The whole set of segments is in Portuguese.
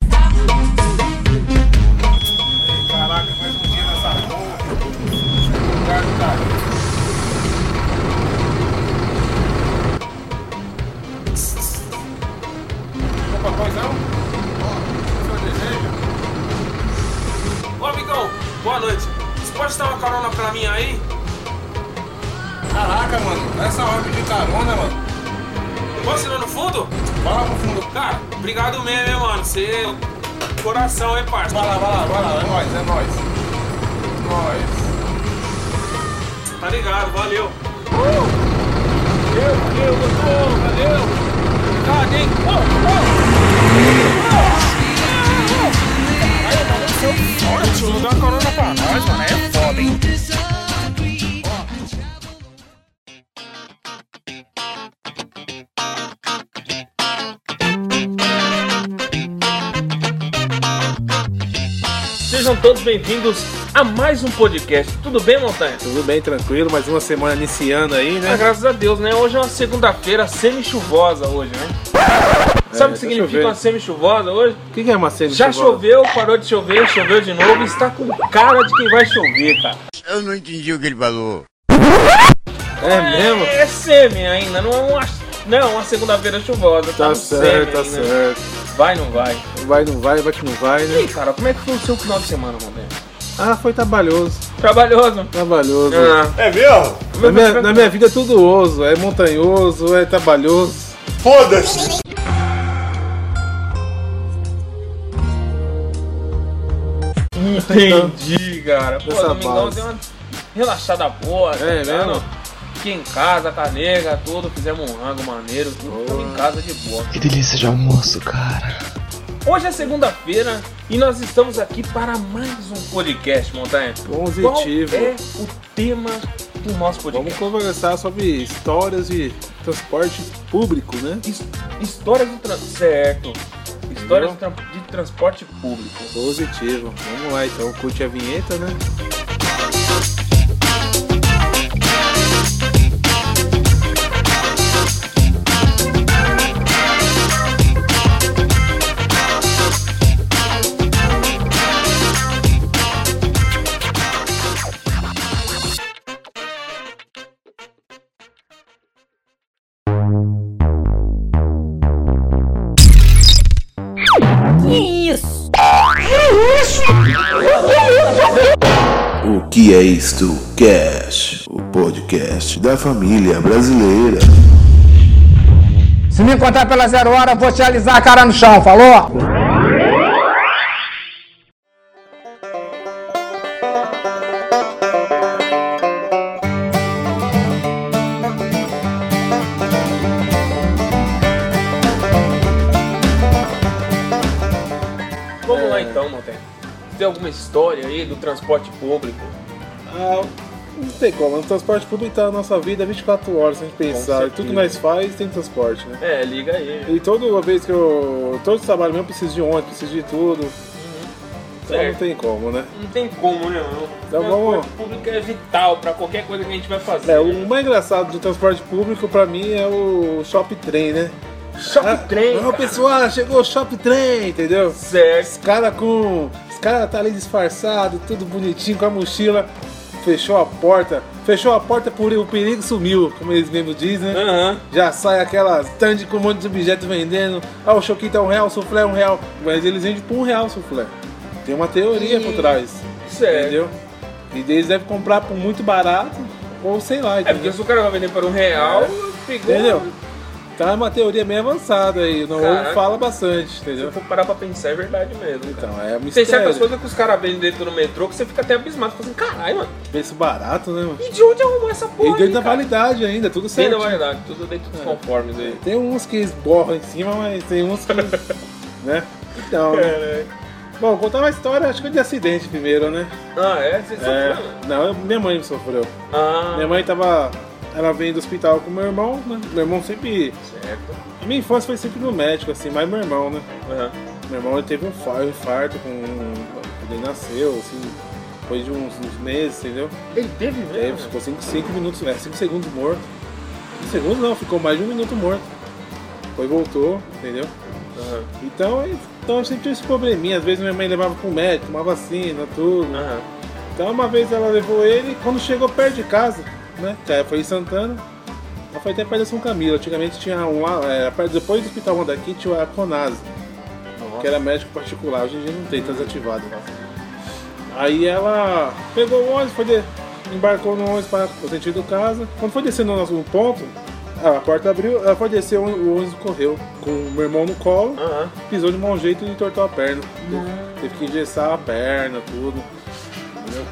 um pode dar uma carona pra mim aí? Caraca, mano, essa hora de carona, mano. Posso ir lá no fundo? Vai lá pro fundo. Cara, obrigado mesmo, hein, mano. Você. Coração, hein, parça? Vai lá, vai lá, vai lá. É nóis, é nóis. Nóis. Tá ligado, valeu. Meu Deus, doutor, valeu! Obrigado, hein? Ô, ô! Olha, tio, dá uma carona pra nós, mano. É foda, hein? Sejam todos bem-vindos a mais um podcast. Tudo bem, Montanha? Tudo bem, tranquilo, mais uma semana iniciando aí, Ah, né? graças a Deus, né? Hoje é uma segunda-feira semi-chuvosa hoje, né? Sabe o tá que significa chovendo. uma semi-chuvosa hoje? O que que é uma cena de Já chuvosa? choveu, parou de chover, choveu de novo e está com cara de quem vai chover, cara. Eu não entendi o que ele falou. É mesmo? É semi ainda, não é uma, não é uma segunda-feira chuvosa. Tá no certo, semi tá ainda. certo. Vai, não vai. Vai, não vai, vai que não vai, E aí, né? cara, como é que foi o seu final de semana, Montanha? Ah, foi trabalhoso, Trabalhoso. trabalhoso. Ah, É mesmo? na, minha, na minha vida é tudo oso, é montanhoso, é trabalhoso. Foda-se! entendi, cara. Pô, Essa domingão base. deu uma relaxada boa. É tá ligado? mesmo? Fiquei em casa, com a nega, tudo. Fizemos um rango maneiro, tudo. Tamo em casa de boa. Que delícia de almoço, cara. Hoje é segunda-feira e nós estamos aqui para mais um podcast, Montanha. Então, Positivo. Qual é o tema do nosso Vamos podcast? conversar sobre histórias de transporte público, né? His- Histórias do trans... Certo. Histórias Entendeu? de, tran- de transporte público. Positivo. Vamos lá então, curte a vinheta, né? O que é isto? Cash, o podcast da família brasileira. Se me encontrar pela zero hora, eu vou te alisar a cara no chão, falou? Vamos É. lá então, Montanha. Tem alguma história aí do transporte público? Ah, não tem como, o transporte público tá na nossa vida 24 horas, se a gente pensar. E Tudo que nós faz tem transporte, né? É, liga aí. E toda vez que eu. Todo trabalho meu eu preciso de ônibus, preciso de tudo. Então Certo. não tem como, né? Não tem como, né? mano? Então transporte vamos- público é vital para qualquer coisa que a gente vai fazer. É, o mais engraçado do transporte público pra mim é o Shop Trem, né? Shop trem, Ah, ó, cara. pessoal, chegou o Shop Trem, entendeu? Certo. Os cara com. Os cara tá ali disfarçado, tudo bonitinho, com a mochila. Fechou a porta. Fechou a porta, por o perigo sumiu, como eles mesmo dizem, né? Aham. Já sai aquela stand com um monte de objeto vendendo. Ah, o choquito é um real, o suflé é um real. Mas eles vendem por um real o suflé. Tem uma teoria por trás. Certo. Entendeu? E eles devem comprar por muito barato, ou sei lá, É porque entendeu? se o cara vai vender por um real, pegou. É. entendeu? Então é uma teoria meio avançada aí. Não né? Caraca. fala bastante, Se eu entendeu? for parar pra pensar, é verdade mesmo. Cara. Então, é um Tem certas mistério. coisas que os caras vendem dentro do metrô que você fica até abismado. Fica assim, caralho, mano. Preço barato, né, mano? E de onde arrumou essa porra? E tá dentro aí, da cara? validade ainda, tudo Dentro certo. da validade, tudo dentro É. dos conformes aí. Tem uns que esborram em cima, mas tem uns que. né? Então. É. né? Bom, contar uma história, acho que de acidente primeiro, né? Ah, é? Você É, sofreu, né? não, eu- minha mãe sofreu. Ah, Minha mãe tava. Ela veio do hospital com meu irmão, né? Meu irmão sempre. certo. A minha infância foi sempre no médico, assim, mas meu irmão, né? Aham. Meu irmão ele teve um fa- um infarto com. Quando ele nasceu, assim. Depois de uns, uns meses, entendeu? Ele teve mesmo? Teve, ficou 5 minutos, 5 segundos morto. 5 segundos não, ficou mais de um minuto morto. Depois voltou, entendeu? Aham. Então, aí- então eu sempre tive esse probleminha. Às vezes minha mãe levava pro médico, tomava vacina, tudo. Aham. Então uma vez ela levou ele, quando chegou perto de casa, né? Que aí foi em Santana, ela foi até perto de São Camilo. Antigamente tinha um lá, era perto- depois do hospital Onda aqui tinha a Conasa, que era médico particular, hoje em dia não tem, tá desativado lá. Aí ela pegou o ônibus, foi de- embarcou no ônibus para o sentido casa. Quando foi descendo no um ponto, a porta abriu, ela foi descer, o o ônibus correu com o meu irmão no colo, Aham. pisou de mau jeito e entortou a perna. Teve que engessar a perna, tudo. Entendeu?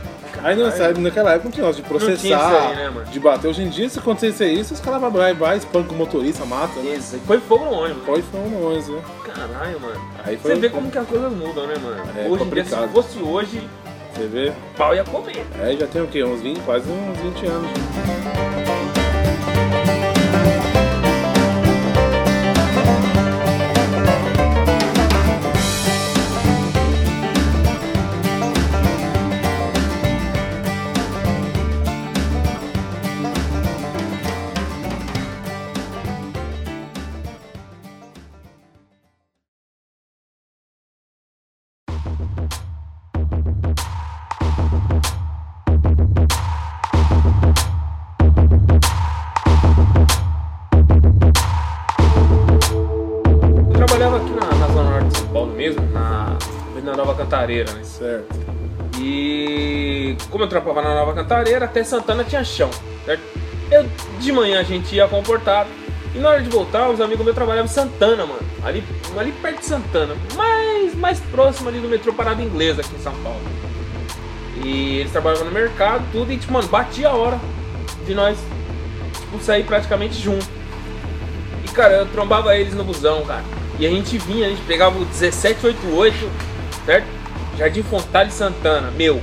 Aí nessa, naquela época não tinha negócio de tinha isso aí, processar, né, mano? de bater. Hoje em dia, se acontecer isso, os caras vão lá e vai, espanca o motorista, mata, né? Isso, Põe fogo no ônibus. Pode foi um ônibus, né? Caralho, mano. Aí Você foi um vê como que as coisas mudam, né, mano? É hoje em dia, se complicado. fosse hoje, Você vê? o pau ia comer. Aí já tem o quê? Uns 20, quase uns 20 anos. Eu trabalhava aqui na, na Zona Norte de São Paulo mesmo, na, na Nova Cantareira, né? Certo. E como eu trampava na Nova Cantareira, até Santana tinha chão, certo? Eu, de manhã a gente ia comportado. E na hora de voltar, os amigos meus trabalhavam em Santana, mano. Ali, ali perto de Santana, mais, mais próximo ali do metrô Parada Inglesa aqui em São Paulo. E eles trabalhavam no mercado, tudo, e tipo, mano, batia a hora de nós, tipo, sair praticamente junto. E cara, eu trombava eles no busão, cara. E a gente vinha, a gente pegava o 1788, certo? Jardim Fontale Santana, meu.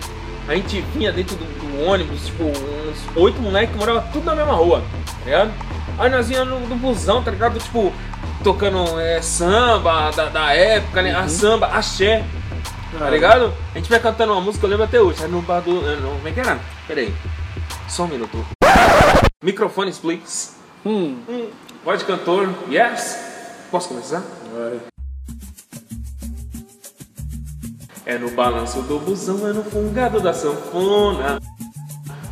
A gente vinha dentro do, do ônibus, tipo, uns oito moleques que moravam tudo na mesma rua, tá ligado? Aí nós vinha no, no busão, tá ligado? Tipo, tocando é, samba da, da época, né? A samba, axé, tá ligado? A gente vai cantando uma música, eu lembro até hoje. Aí no bar do. no- Como é que era? Pera aí. Só um minuto. Microfones, please. Hum. Voz de cantor, yes? Posso começar? É no balanço do busão, é no fungado da sanfona.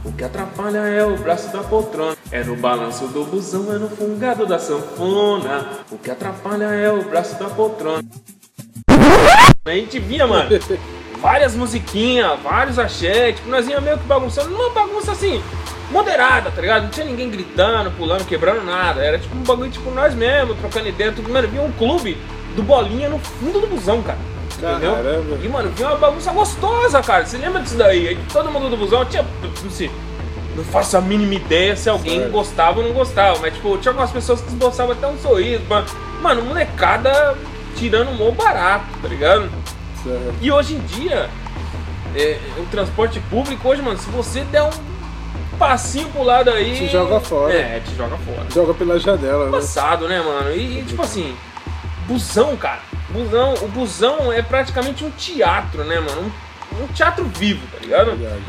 O que atrapalha é o braço da poltrona. É no balanço do busão, é no fungado da sanfona. O que atrapalha é o braço da poltrona. A gente vinha, mano. Várias musiquinhas, vários axé, tipo, nós ia meio que bagunçando, uma bagunça assim, moderada, tá ligado? Não tinha ninguém gritando, pulando, quebrando nada. Era tipo um bagulho tipo nós mesmo, trocando ideia, tudo. Mano, vinha um clube do bolinha no fundo do busão, cara. Entendeu? Caramba. E, mano, vinha uma bagunça gostosa, cara. Você lembra disso daí? Aí todo mundo do busão tinha. Não sei. Não faço a mínima ideia se alguém Certo. gostava ou não gostava. Mas, tipo, tinha algumas pessoas que esboçavam até um sorriso. Mas, mano, molecada tirando um bom barato, tá ligado? Certo. E hoje em dia, é, o transporte público, hoje, mano, se você der um passinho pro lado aí. Te joga fora. É, te joga fora Joga pela janela, né? passado, né, mano? E, e, tipo assim, busão, cara. Busão, o busão é praticamente um teatro, né, mano? Um, um teatro vivo, tá ligado? Verdade.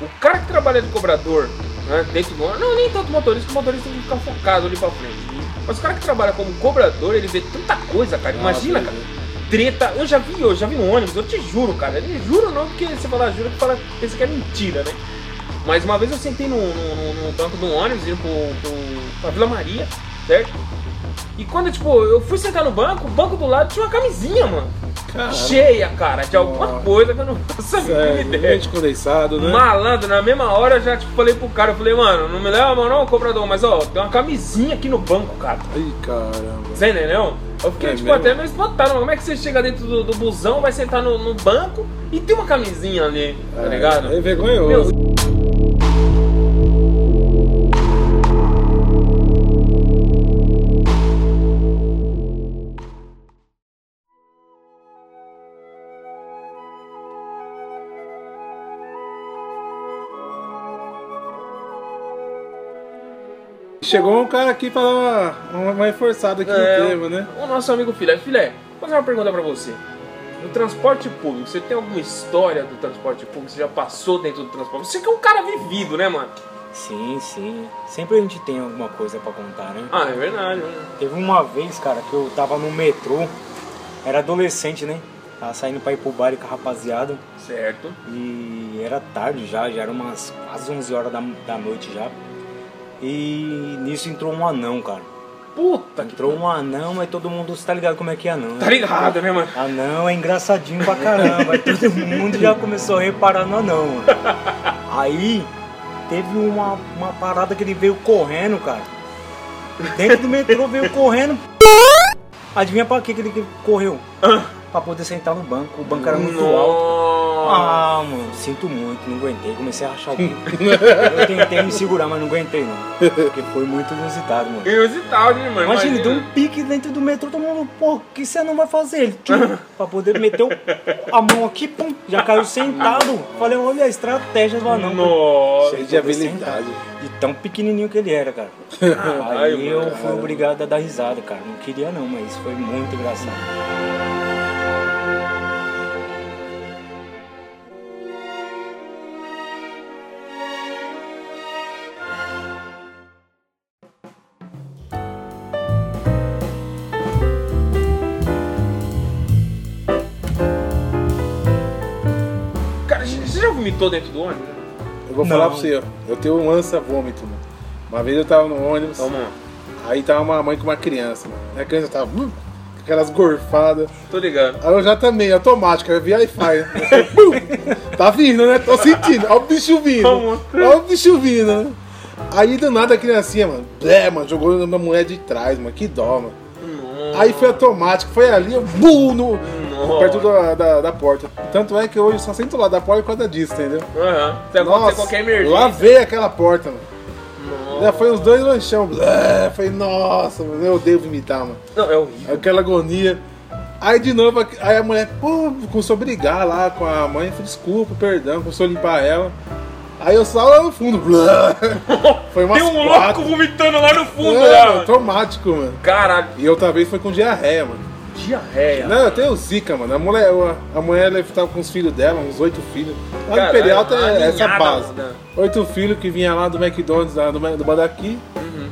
O cara que trabalha de cobrador, né, dentro do não nem tanto motorista, que o motorista tem que ficar focado ali pra frente. Mas o cara que trabalha como cobrador, ele vê tanta coisa, Ah, cara. Imagina, beleza. cara. Treta, eu já vi, eu já vi um ônibus, eu te juro, cara. Eu juro não, porque você fala juro que fala, pensa que é mentira, né? Mas uma vez eu sentei no, no, no- no banco de um ônibus indo pro, pro, pra Vila Maria, certo? E quando, tipo, eu fui sentar no banco, o banco do lado tinha uma camisinha, mano. Cheia, cara, de alguma Nossa. coisa que eu não faço a mínima Sério, ideia. leite condensado, né? Malandro, na mesma hora eu já tipo, falei pro cara, eu falei, mano, não me leva mal não, cobrador, mas ó, tem uma camisinha aqui no banco, cara. Ai, caramba. Você entendeu? Eu fiquei, É tipo, mesmo? até meio espantado. mas Como é que você chega dentro do, do busão, vai sentar no, no banco e tem uma camisinha ali, tá É, ligado? É vergonhoso. Meu, Chegou um cara aqui pra dar uma, uma reforçada aqui É, no tema, né? O nosso amigo Filé. Filé, vou fazer uma pergunta pra você. No transporte público, você tem alguma história do transporte público? Você já passou dentro do transporte? Você que é um cara vivido, né, mano? Sim, sim. Sempre a gente tem alguma coisa pra contar, né? Ah, é verdade. né? Teve uma vez, cara, que eu tava no metrô, era adolescente, né? Tava saindo pra ir pro baile com a rapaziada Certo. e era tarde já, já era umas quase 11 horas da, da noite já. E nisso entrou um anão, cara. Puta que. Entrou um anão, mas todo mundo tá ligado como é que é anão. Tá Né? ligado, né, mano? Anão é engraçadinho pra caramba. aí todo mundo já começou a reparar no anão. mano. Aí teve uma, uma parada que ele veio correndo, cara. Dentro do metrô veio correndo. Adivinha pra que que ele correu? Pra poder sentar no banco. O É banco era muito alto. Nossa. Ah, mano, sinto muito, não aguentei, comecei a rachar o bico. Eu tentei me segurar, mas não aguentei, não. Porque foi muito inusitado, mano. Inusitado, né, mano? Imagina, ele deu um pique dentro do metrô, todo mundo, pô, o que você não vai fazer? Ele, tchum, pra poder meter o- a mão aqui, pum, já caiu sentado. Falei, olha a estratégia do anão. Nossa. Cheio de habilidade. De tão pequenininho que ele era, cara. Aí Ai, eu fui obrigado a dar risada, cara. Não queria não, mas foi muito engraçado. Cara, você já vomitou dentro do ônibus? Eu vou Não. falar pra você, ó. Eu tenho um ânsia vômito, mano. Uma vez eu tava no ônibus, Toma. aí tava uma mãe com uma criança, mano. E A criança tava hum, com aquelas gorfadas. Tô ligado. Aí eu já também, automática, eu vi Wi-Fi. né? Bum! tá vindo, né? Tô sentindo. Olha o bicho vindo. Vamos. Olha o bicho vindo, né? Aí do nada a criancinha, mano, blé, mano, jogou na mulher de trás, mano. Que dó, mano. Aí foi automático, foi ali, eu bum, no, Nossa. perto da, da, da porta. Tanto é que hoje eu só sento lá da porta por causa disso, entendeu? Aham. é Se acontecer qualquer emergência. lavei aquela porta, mano. Já foi uns dois lanchão. Blé, falei, nossa, mano, eu odeio vomitar, mano. Não, é horrível. Aquela agonia. Aí de novo, a- aí a mulher, pô, começou a brigar lá com a mãe, falou, desculpa, perdão, começou a limpar ela. Aí eu só lá no fundo, blá. Foi umas Tem um quatro. louco vomitando lá no fundo, lá, É, mano, mano. automático, mano. Caralho, E outra vez foi com diarreia, mano. diarreia. Não, eu tenho zika, mano. A mulher, a, a mulher ela tava com os filhos dela, uns oito filhos. Lá Caralho, no Perialta uma é essa ninhada, base. mano. né? Oito filhos que vinha lá do McDonald's, lá do, Ma- do Badaqui. Uhum.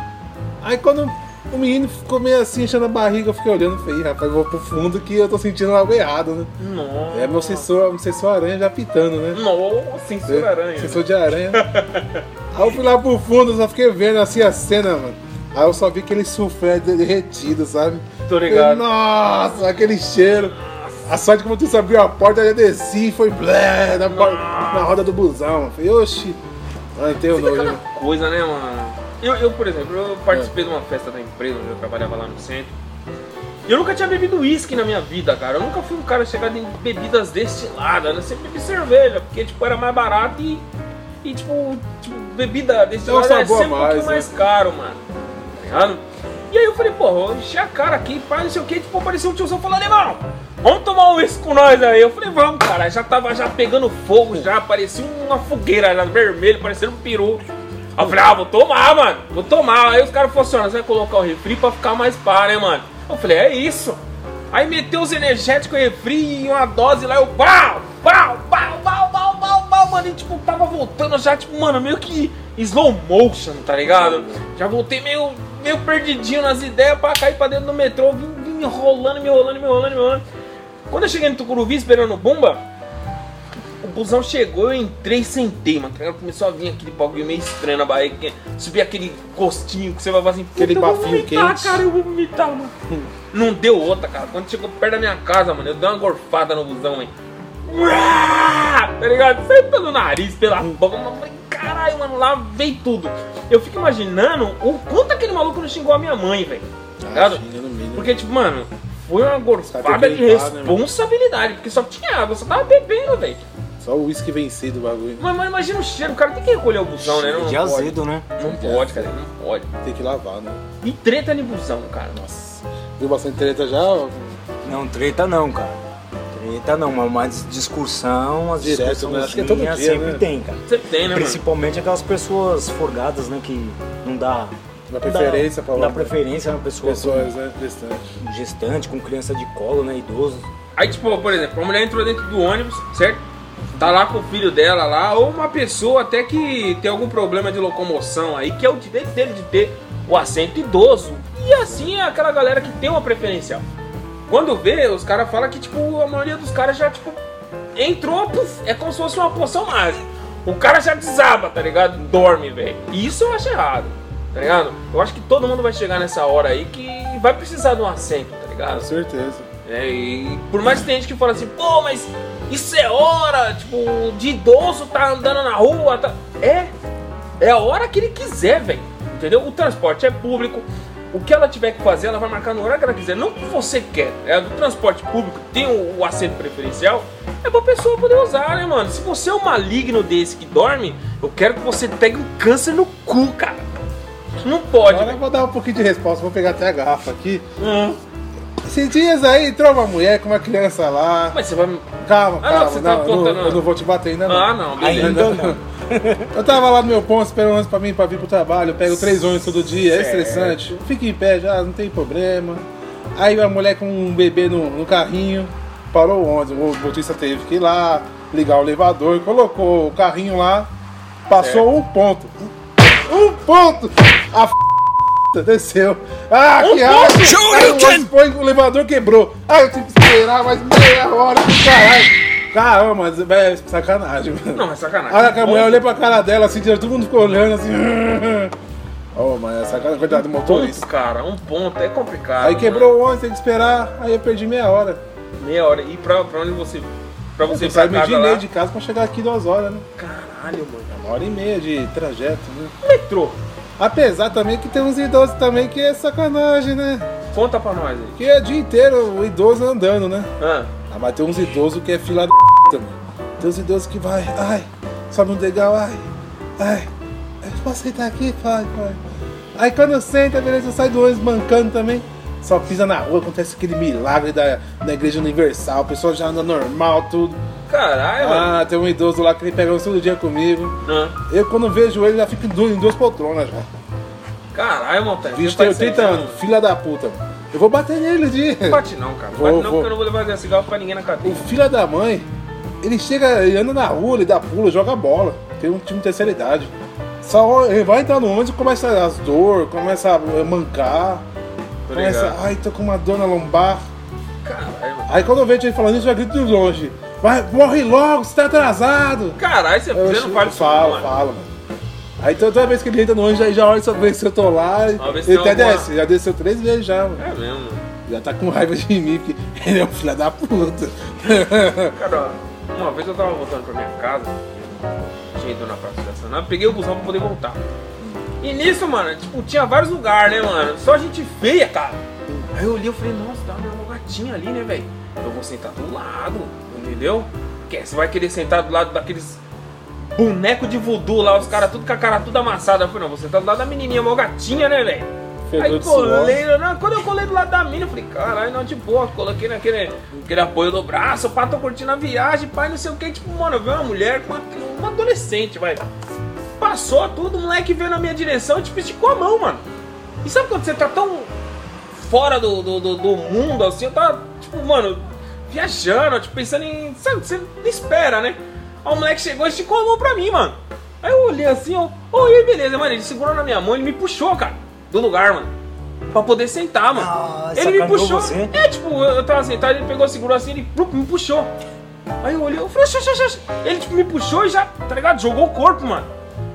Aí quando o menino ficou meio assim, enchendo a barriga, eu fiquei olhando e falei, "Ih, rapaz, eu vou pro fundo que eu tô sentindo algo errado, né? Nossa. É meu sensor, meu sensor aranha já pitando, né? Nossa, censura aranha. Sensor de aranha. Aí eu fui lá pro fundo, eu só fiquei vendo assim a cena, mano. Aí eu só vi aquele sulfé de- derretido, sabe? Tô ligado. Falei, Nossa, aquele cheiro. A sorte que o motorista abriu a porta, eu já desci e foi blé, na, por- na roda do busão. mano. Falei, oxi. Mano, tem o nojo. Cada né? coisa, né, mano? Eu, eu, por exemplo, eu participei de uma festa da empresa onde eu trabalhava lá no centro. E eu nunca tinha bebido uísque na minha vida, cara. Eu nunca fui um cara chegado em bebidas destiladas, né? Sempre bebi cerveja, porque, tipo, era mais barato e, e tipo, tipo, bebida destilada Tem um é sabor sempre a um pouquinho mais, né? mais caro, mano. Tá ligado? E aí eu falei, pô, vou encher a cara aqui, pá, não sei o que. Tipo, apareceu um tiozão falando, irmão, vamos tomar um uísque com nós aí. Eu falei, vamos, cara. Já tava já pegando fogo, já aparecia uma fogueira já vermelho, parecendo um peru. Aí eu falei, ah, vou tomar, mano. Vou tomar. Aí os caras falaram assim, ó, nós vai colocar o refri pra ficar mais par, né, mano? Eu falei, é isso. Aí meteu os energéticos, refri e uma dose lá, eu pau, pau, pau, pau, pau, pau, pau, mano. E tipo, tava voltando já, tipo, mano, meio que slow motion, tá ligado? Já voltei meio, meio perdidinho nas ideias pra cair pra dentro do metrô, vim, vim me enrolando, me enrolando, me enrolando, me enrolando. Quando eu cheguei no Tucuruvi esperando o Bumba, o busão chegou, eu entrei e sentei, mano. tá ligado? Começou a vir aquele bagulho meio estranho na barriga, subir aquele gostinho que você vai falar assim, Aquele "Puta, eu vou bafinho vomitar, quente." cara, eu vou vomitar, mano. Não deu outra, cara. Quando chegou perto da minha casa, mano, eu dei uma gorfada no busão, hein. Uá! Tá ligado? Saiu pelo nariz, pela boca, mano. Eu falei, Caralho, mano, lá veio tudo. Eu fico imaginando o quanto aquele maluco não xingou a minha mãe, velho. Tá ligado? xinga no mínimo. Porque, tipo, mano, foi uma gorfada de habilidade, né, mano? responsabilidade, porque só tinha água, só tava bebendo, velho. Só o uísque vencido o bagulho. Mas, mas imagina o cheiro, o cara tem que recolher o busão, né? Não, de pode. azedo, né? Não pode, cara, não pode. Tem que lavar, né? E treta de busão, cara. Nossa. Viu bastante treta já? ó? Não, treta não, cara. Treta não, mas- mas discussão, as Direto, discussões né? Acho que é todo dia, sempre né? tem, cara. Sempre tem, né, mano? Principalmente aquelas pessoas forgadas, né? Que não dá. Dá preferência pra Dá outra. preferência na pessoa Pessoas, né? Distantes. com gestante, com criança de colo, né? Idoso. Aí, tipo, por exemplo, a mulher entrou dentro do ônibus, certo? Tá lá com o filho dela lá, ou uma pessoa até que tem algum problema de locomoção aí, que é o direito dele de ter o assento idoso. E assim é aquela galera que tem uma preferencial. Quando vê, os caras falam que, tipo, a maioria dos caras já, tipo, entrou, puf, é como se fosse uma poção mágica. O cara já desaba, tá ligado? Dorme, velho. E isso eu acho errado. tá ligado? Eu acho que todo mundo vai chegar nessa hora aí que vai precisar de um assento, tá Com ligado? certeza. É, e por mais que tenha gente que fala assim, pô, mas isso é hora, tipo, de idoso tá andando na rua, tá... É, é a hora que ele quiser, velho, entendeu? O transporte é público, o que ela tiver que fazer, ela vai marcar na hora que ela quiser, não o que você quer. É, do transporte público tem o, o assento preferencial, é pra pessoa poder usar, né, mano? Se você é um maligno desse que dorme, eu quero que você pegue um câncer no cu, cara. Não pode, Agora eu velho. vou dar um pouquinho de resposta, vou pegar até a garrafa aqui. Hum. Esses dias aí entrou uma mulher com uma criança lá. Mas você vai... Calma, Ah, não, calma, você tá não, eu apontando. não, eu não vou te bater ainda não. Ah, não, beleza. Ainda não. Eu tava lá no meu ponto esperando ônibus pra mim, pra vir pro trabalho. Eu pego três ônibus todo dia, é estressante. Fica em pé já, não tem problema. Aí a mulher com um bebê no, no carrinho parou o ônibus. O motorista teve que ir lá, ligar o elevador, colocou o carrinho lá, passou É. um ponto. Um ponto! A f... desceu. Ah, Um que raiva! Aí o ônibus foi, o elevador quebrou. Ah, eu tive que esperar mais meia hora, caralho! Caramba, mas é sacanagem, mano. Não, é sacanagem. Olha que a mulher olhei pra cara dela, assim, todo mundo ficou olhando assim. Ô, mas essa cara, coitado do ponto, motorista. cara, um ponto é complicado. Aí quebrou o ônibus, tem que esperar, aí eu perdi meia hora. mano. meia hora. E pra, pra onde você. Pra você ir Você pra sabe medir casa meia lá? de casa pra chegar aqui duas horas, né? Caralho, mano. Uma hora e meia de trajeto, né? Metrô. Apesar também que tem uns idosos também que é sacanagem, né? Conta pra nós aí. Que é o dia inteiro o idoso andando, né? Ah, Ah, mas tem uns idosos que é fila do também. Tem uns idosos que vai, ai, sobe um degrau, ai, ai, eu posso sentar aqui? Vai, vai. Aí quando senta, beleza, sai do ônibus mancando também. Só pisa na rua, acontece aquele milagre da, da Igreja Universal, o pessoal já anda normal, tudo. caralho, mano. Ah, tem um idoso lá que ele pega todo dia comigo. Ah, Eu quando vejo ele já fico em duas, em duas poltronas já. caralho, montanha. O bicho tem 80 anos, filha da puta. mano. Eu vou bater nele, de. Não bate não, cara. Não Vou, bate não, vou. porque eu não vou levar cigarro pra ninguém na O cadeia. filho da mãe, ele chega, ele anda na rua, ele dá pulo, joga bola. Tem um time de terceira idade. Só ele vai entrar no ônibus e começa as dor, começa a mancar. Tô Começa, tá ligado. ai, tô com uma dor na lombar. Caralho, mano. Aí quando eu vejo ele falando isso, eu grito de longe. Vai, morre logo, você tá atrasado. Caralho, você, você não chego, fala isso, falo, mano. falo, mano. Aí to- toda vez que ele entra no ônibus, aí já olha só ver se eu tô lá. Uma vez Ele tem até alguma- desce, já desceu três vezes já, mano. É mesmo, mano. Já tá com raiva de mim, porque ele é um filho da puta. Cara, uma vez eu tava voltando pra minha casa, tinha ido na praça de estacionar, peguei o busão pra poder voltar. E nisso, mano, tipo, tinha vários lugares, né, mano? Só gente feia, cara. Aí eu olhei e falei, nossa, tá uma gatinha ali, né, velho? Eu vou sentar do lado, entendeu? Quer, você vai querer sentar do lado daqueles boneco de voodoo lá, os caras tudo com a cara tudo amassada. Eu falei, não, vou sentar do lado da menininha, mó gatinha, né, velho? Aí Fedor de suor. colei, né, não, quando eu colei do lado da mina, eu falei, caralho, não, de boa, coloquei naquele aquele apoio do braço, pá, tô curtindo a viagem, pai, não sei o que, tipo, mano, eu vi uma mulher, uma, uma adolescente, vai. Passou tudo, o moleque veio na minha direção, tipo, esticou a mão, mano. E sabe quando você tá tão fora do, do, do- do mundo, assim, eu tava, tipo, mano, viajando, tipo, pensando em. Sabe, você não espera, né? Aí o moleque chegou e esticou a mão pra mim, mano. Aí eu olhei assim, ó, oi, beleza, mano. Ele segurou na minha mão, ele me puxou, cara, do lugar, mano. Pra poder sentar, mano. Ah, ele me sacaneou puxou. você? É, tipo, eu, eu tava sentado, ele pegou, segurou assim, ele plup, me puxou. Aí eu olhei, eu falei, "Oxe, oxe, oxe, oxe." ele tipo, me puxou e já, tá ligado? Jogou o corpo, mano.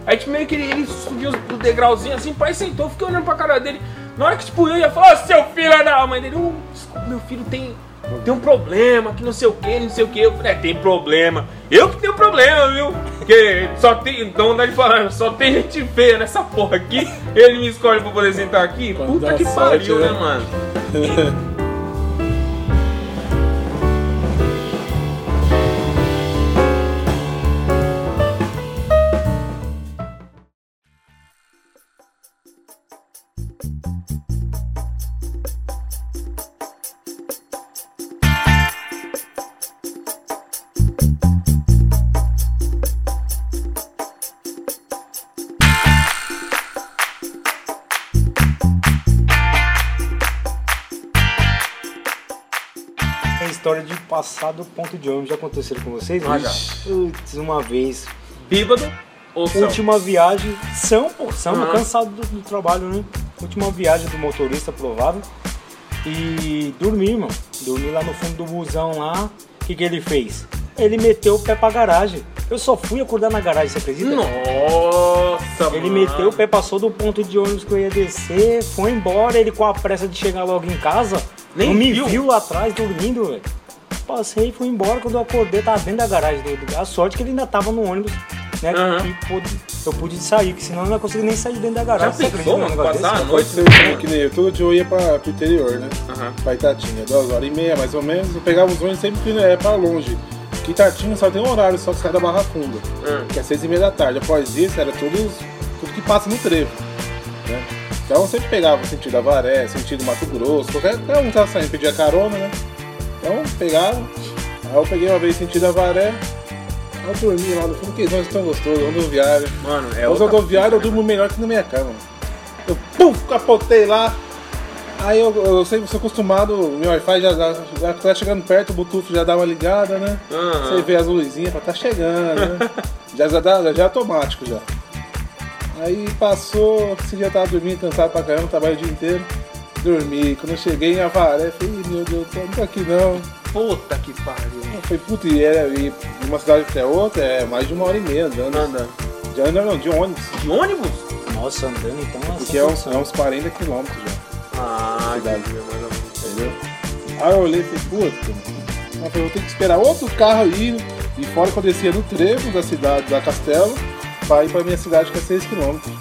Aí tipo, meio que ele, ele subiu o degrauzinho assim, pai sentou, eu fiquei olhando pra cara dele. Na hora que tipo, eu ia falar, "Ô, seu filho é da mãe dele, "Ô, desculpa, meu filho tem, tem um problema, que não sei o que, não sei o que. Eu falei, é, tem problema. Eu que tenho problema, viu? Porque só tem, então dá de falar, só tem gente feia nessa porra aqui. Ele me escolhe pra poder sentar aqui. Quando Puta dá que sorte, pariu, né? né, mano? Tem história de passar do ponto de ônibus. Já aconteceram com vocês? Ah, já. Putz, uma vez. Bíbado ou são? Última viagem, são, pô, são, né? Aham. cansado do, do trabalho, né? Última viagem do motorista, provável. E dormi, mano. Dormi lá no fundo do busão lá. O que, que ele fez? Ele meteu o pé pra garagem. Eu só fui acordar na garagem, você acredita? Nossa, Ele mano. meteu o pé, passou do ponto de ônibus que eu ia descer, foi embora, ele com a pressa de chegar logo em casa. Nem não me viu. viu. lá atrás dormindo, velho. Passei e fui embora. Quando eu acordei, tava dentro da garagem dele. A sorte que ele ainda tava no ônibus, né? Aham. E pude- eu pude sair, que senão eu não ia conseguir nem sair dentro da Já garagem. Você pensou, acredita num mano? Tá um negócio Passar a desse? noite Seu sem irmão, um que nem eu, todo dia eu ia pra, pro interior, né? Aham. Pra Itatinha, duas horas e meia mais ou menos. Eu pegava os ônibus sempre que é pra longe. Que Itatinha só tem um horário só que sai da Barra Funda, Hum. que é seis e meia da tarde. Após isso, era todos, tudo que passa no trevo, né? Então eu sempre pegava o sentido Avaré, sentido Mato Grosso, qualquer, qualquer um que tava saindo, pedia carona, né? Então pegava. Aí eu peguei uma vez sentido Avaré, aí eu dormi lá no fundo, que ônibus tão gostoso, rodoviário. Mano, é É Os outra né? rodoviários eu durmo melhor que na minha cama. Eu pum, capotei lá. Aí eu, eu sempre sou acostumado, meu Wi-Fi já, já, já tá chegando perto, o Bluetooth já dá uma ligada, né? Aham. Você vê as luzinhas, fala, tá chegando, né? já, já, dá, já é automático já. Aí passou, esse dia eu tava dormindo, cansado pra caramba, trabalho o dia inteiro. Dormi. Quando eu cheguei em Avaré, falei, "Ih, meu Deus do céu, não tô aqui não. Puta que pariu. Eu falei, puta, e era e de uma cidade até outra, é mais de uma hora e meia andando. Andando. De andando não, de ônibus. De ônibus? Nossa, andando então. é Porque é uns, sensação. é uns 40 quilômetros já, Ah, Cidade. entendi, mais ou menos. entendeu? Aí eu olhei e falei, puta, eu falei, vou ter que esperar outro carro ir. E fora que eu descia no trevo da cidade, da Castelo, pra ir pra minha cidade que é 6 quilômetros.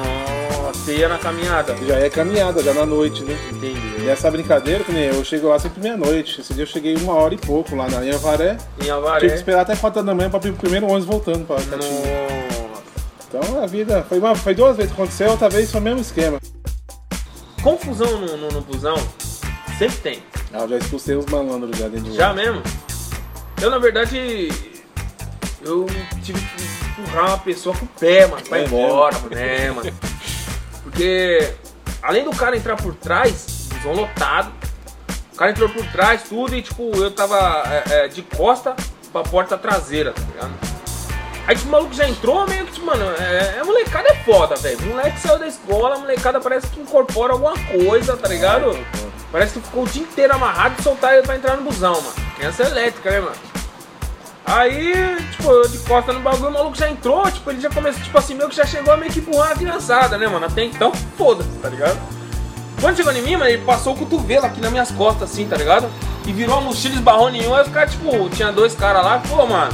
Nossa, ia na caminhada. Já é caminhada, já na noite, né? E Entendi. essa brincadeira, que nem eu, eu chego lá sempre meia-noite. Esse dia eu cheguei uma hora e pouco lá na Iavaré. Em Tive que Avaré. esperar até 4 da manhã pra ir pro primeiro ônibus voltando pra Catinga. Nossa. Então a vida foi, uma, foi duas vezes que aconteceu, outra vez foi o mesmo esquema. Confusão no, no, no busão sempre tem. Ah, eu já expulsei os malandros já dentro de Já lá. mesmo? Eu, na verdade, eu tive que empurrar uma pessoa com o pé, mano, pra ir É embora, mano, é, mano. Porque, além do cara entrar por trás, busão lotado, o cara entrou por trás, tudo, e, tipo, eu tava é, é, de costa pra porta traseira, tá ligado? Aí, tipo, o maluco já entrou, meio que, tipo, mano, é, é molecada é foda, velho. Moleque saiu da escola, a molecada parece que incorpora alguma coisa, tá ligado? Parece que ficou o dia inteiro amarrado e soltaram ele pra entrar no busão, mano. Criança elétrica, né, mano? Aí, tipo, eu de costa no bagulho, o maluco já entrou, tipo, ele já começou, tipo assim, meio que já chegou a meio que empurrar a criançada, né, mano? Até então, foda-se, tá ligado? Quando chegou em mim, mano, ele passou o cotovelo aqui nas minhas costas, assim, tá ligado? E virou a mochila, esbarrou nenhum, aí os caras, tipo, tinha dois caras lá, pô, mano,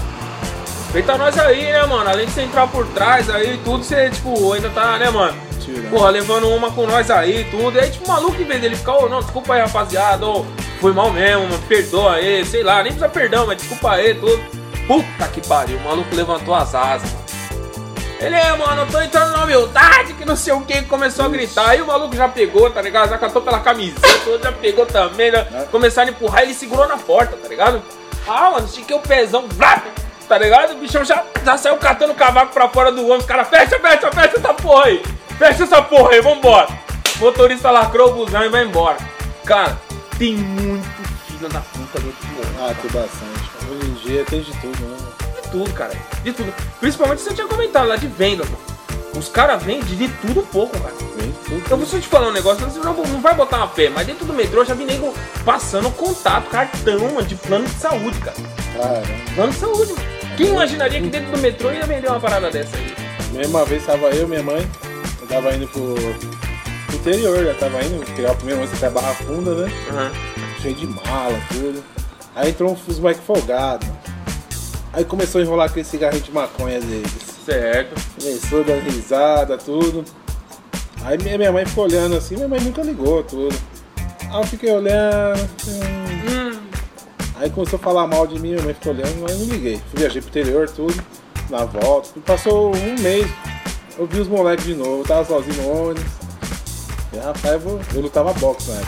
respeita nós aí, né, mano? Além de você entrar por trás aí e tudo, você, tipo, ainda tá, né, mano? Tira. Porra, levando uma com nós aí e tudo. E aí, tipo, o maluco, em vez dele ficar, ô, não, desculpa aí, rapaziada, ô, foi mal mesmo, mano, perdoa aí, sei lá, nem precisa perdão, mas desculpa aí, tudo. Puta que pariu, o maluco levantou as asas, mano. Ele é, mano, eu tô entrando na humildade, que não sei o que, começou a gritar. Aí o maluco já pegou, tá ligado? Já catou pela camiseta, o outro já pegou também, já começaram a empurrar, ele segurou na porta, tá ligado? Ah, mano, estiquei o pezão, blá, tá ligado? O bichão já, já saiu catando o cavaco pra fora do ônibus, cara, fecha, fecha, fecha essa porra aí, fecha essa porra aí, vambora. O motorista lacrou o busão e vai embora. Cara, tem muito filho da puta dentro do ônibus. Ah, tem bastante. Hoje em dia tem de tudo, né? De tudo, cara. De tudo. Principalmente você tinha comentado lá de venda, mano. Os caras vendem de tudo um pouco, cara. Tem tudo. Eu preciso te falar um negócio, você não, não vai botar uma fé, mas dentro do metrô eu já vi nego passando contato, cartão, mano, de plano de saúde, cara. Cara, Plano de saúde, mano. Quem imaginaria que dentro do metrô ia vender uma parada dessa aí? mesma vez tava eu, minha mãe, eu tava indo pro pro interior, já tava indo, pegar o primeiro ônibus até a Barra Funda, né? Cheio de mala, tudo. Aí entrou um fusbike folgado. Aí começou a enrolar aquele cigarrinho de maconha deles. Certo. Começou dando risada, tudo. Aí minha minha mãe ficou olhando assim, minha mãe nunca ligou, tudo. Aí eu fiquei olhando. assim, Hum, Aí começou a falar mal de mim, minha mãe ficou olhando, mas eu não liguei. Fui viajei pro interior, tudo, na volta. E Passou um mês, eu vi os moleques de novo, eu tava sozinho no ônibus. E, rapaz, eu, vou- eu lutava boxe na é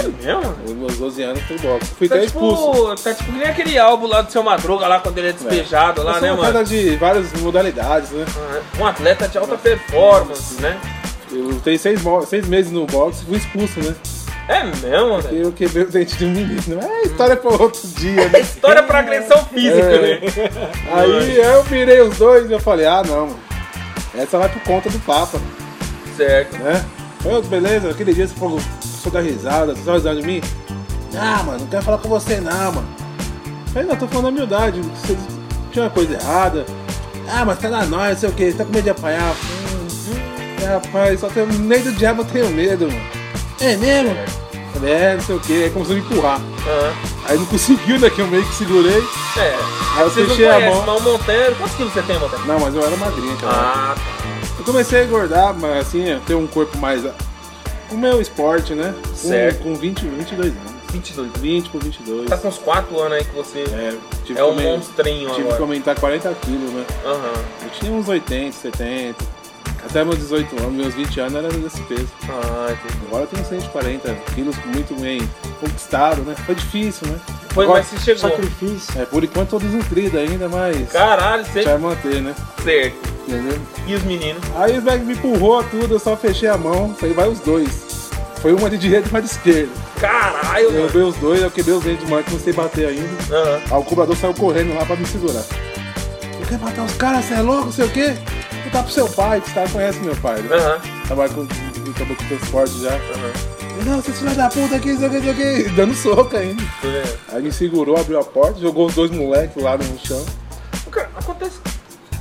época. mesmo? mano? Eu, meus 12 anos, fui boxe. Fui Tá até expulso. tipo, tá tipo que nem aquele álbum lá do seu Madruga, lá quando ele é despejado, lá, Eu sou né, um mano? cara de várias modalidades, né? Um atleta de alta performance, né? Eu lutei seis, mo- seis meses no boxe, fui expulso, né? É mesmo, E velho. eu quebrei o dente de um menino. É história pra outro dia, né? É História pra agressão física, É. né? Aí eu virei os dois e eu falei, ah, não, mano. Essa vai por conta do Papa. Certo. né? Eu, beleza, aquele dia você falou, sou da risada, você tá risando de mim? Ah, mano, não quero falar com você não, mano. Eu falei, não, tô falando a humildade, você tinha uma coisa errada, Ah, mas tá na nós, não sei o que, tá com medo de apanhar. Hum, hum, rapaz, só tenho, nem do diabo eu tenho medo, mano. É mesmo? Falei, É, não sei o que, aí começou a me empurrar. Aham. Aí não conseguiu, né? Que eu meio que segurei. É. Aí eu Vocês não fechei a conhecem, mão. mas o Monteiro. Quantos quilos você tem, Monteiro? Não, mas eu era magrinha, cara. Ah, Eu comecei a engordar, mas assim, eu ter um corpo mais. O meu esporte, né? Com- Certo. Com 20, 22 anos. 22. 20 por 22. Tá com uns 4 anos aí que você É, tive é um que aumen- monstrinho Tive que agora. aumentar 40 quilos, né? Aham. Eu tinha uns 80, 70. Até meus 18 anos, meus 20 anos era desse peso. Ah, entendi. Agora eu tenho 140 quilos muito bem conquistado, né? Foi difícil, né? Foi, Agora- mas você chegou. Sacrifício. É, por enquanto eu tô desnutrido ainda, mas Caralho, você vai manter, né? certo. Entendeu? E os meninos? Aí o Beck me empurrou tudo, eu só fechei a mão, falei, vai os dois. Foi uma de direita e uma de esquerda. Caralho, Eu mano. dei os dois, eu quebrei os dentes de mão, que não sei bater ainda. Aham. Aí o cobrador saiu correndo lá pra me segurar. Eu quero matar os caras, você é louco, não sei o quê? Tu tá pro seu pai, que os caras conhecem meu pai, né? Aham. Trabalha com, trabalha com transporte já. Não, vocês filhos da puta aqui, não sei o que, não sei o quê. Dando soco ainda. É. Aí me segurou, abriu a porta, jogou os dois moleques lá no chão. Cara, Acontece.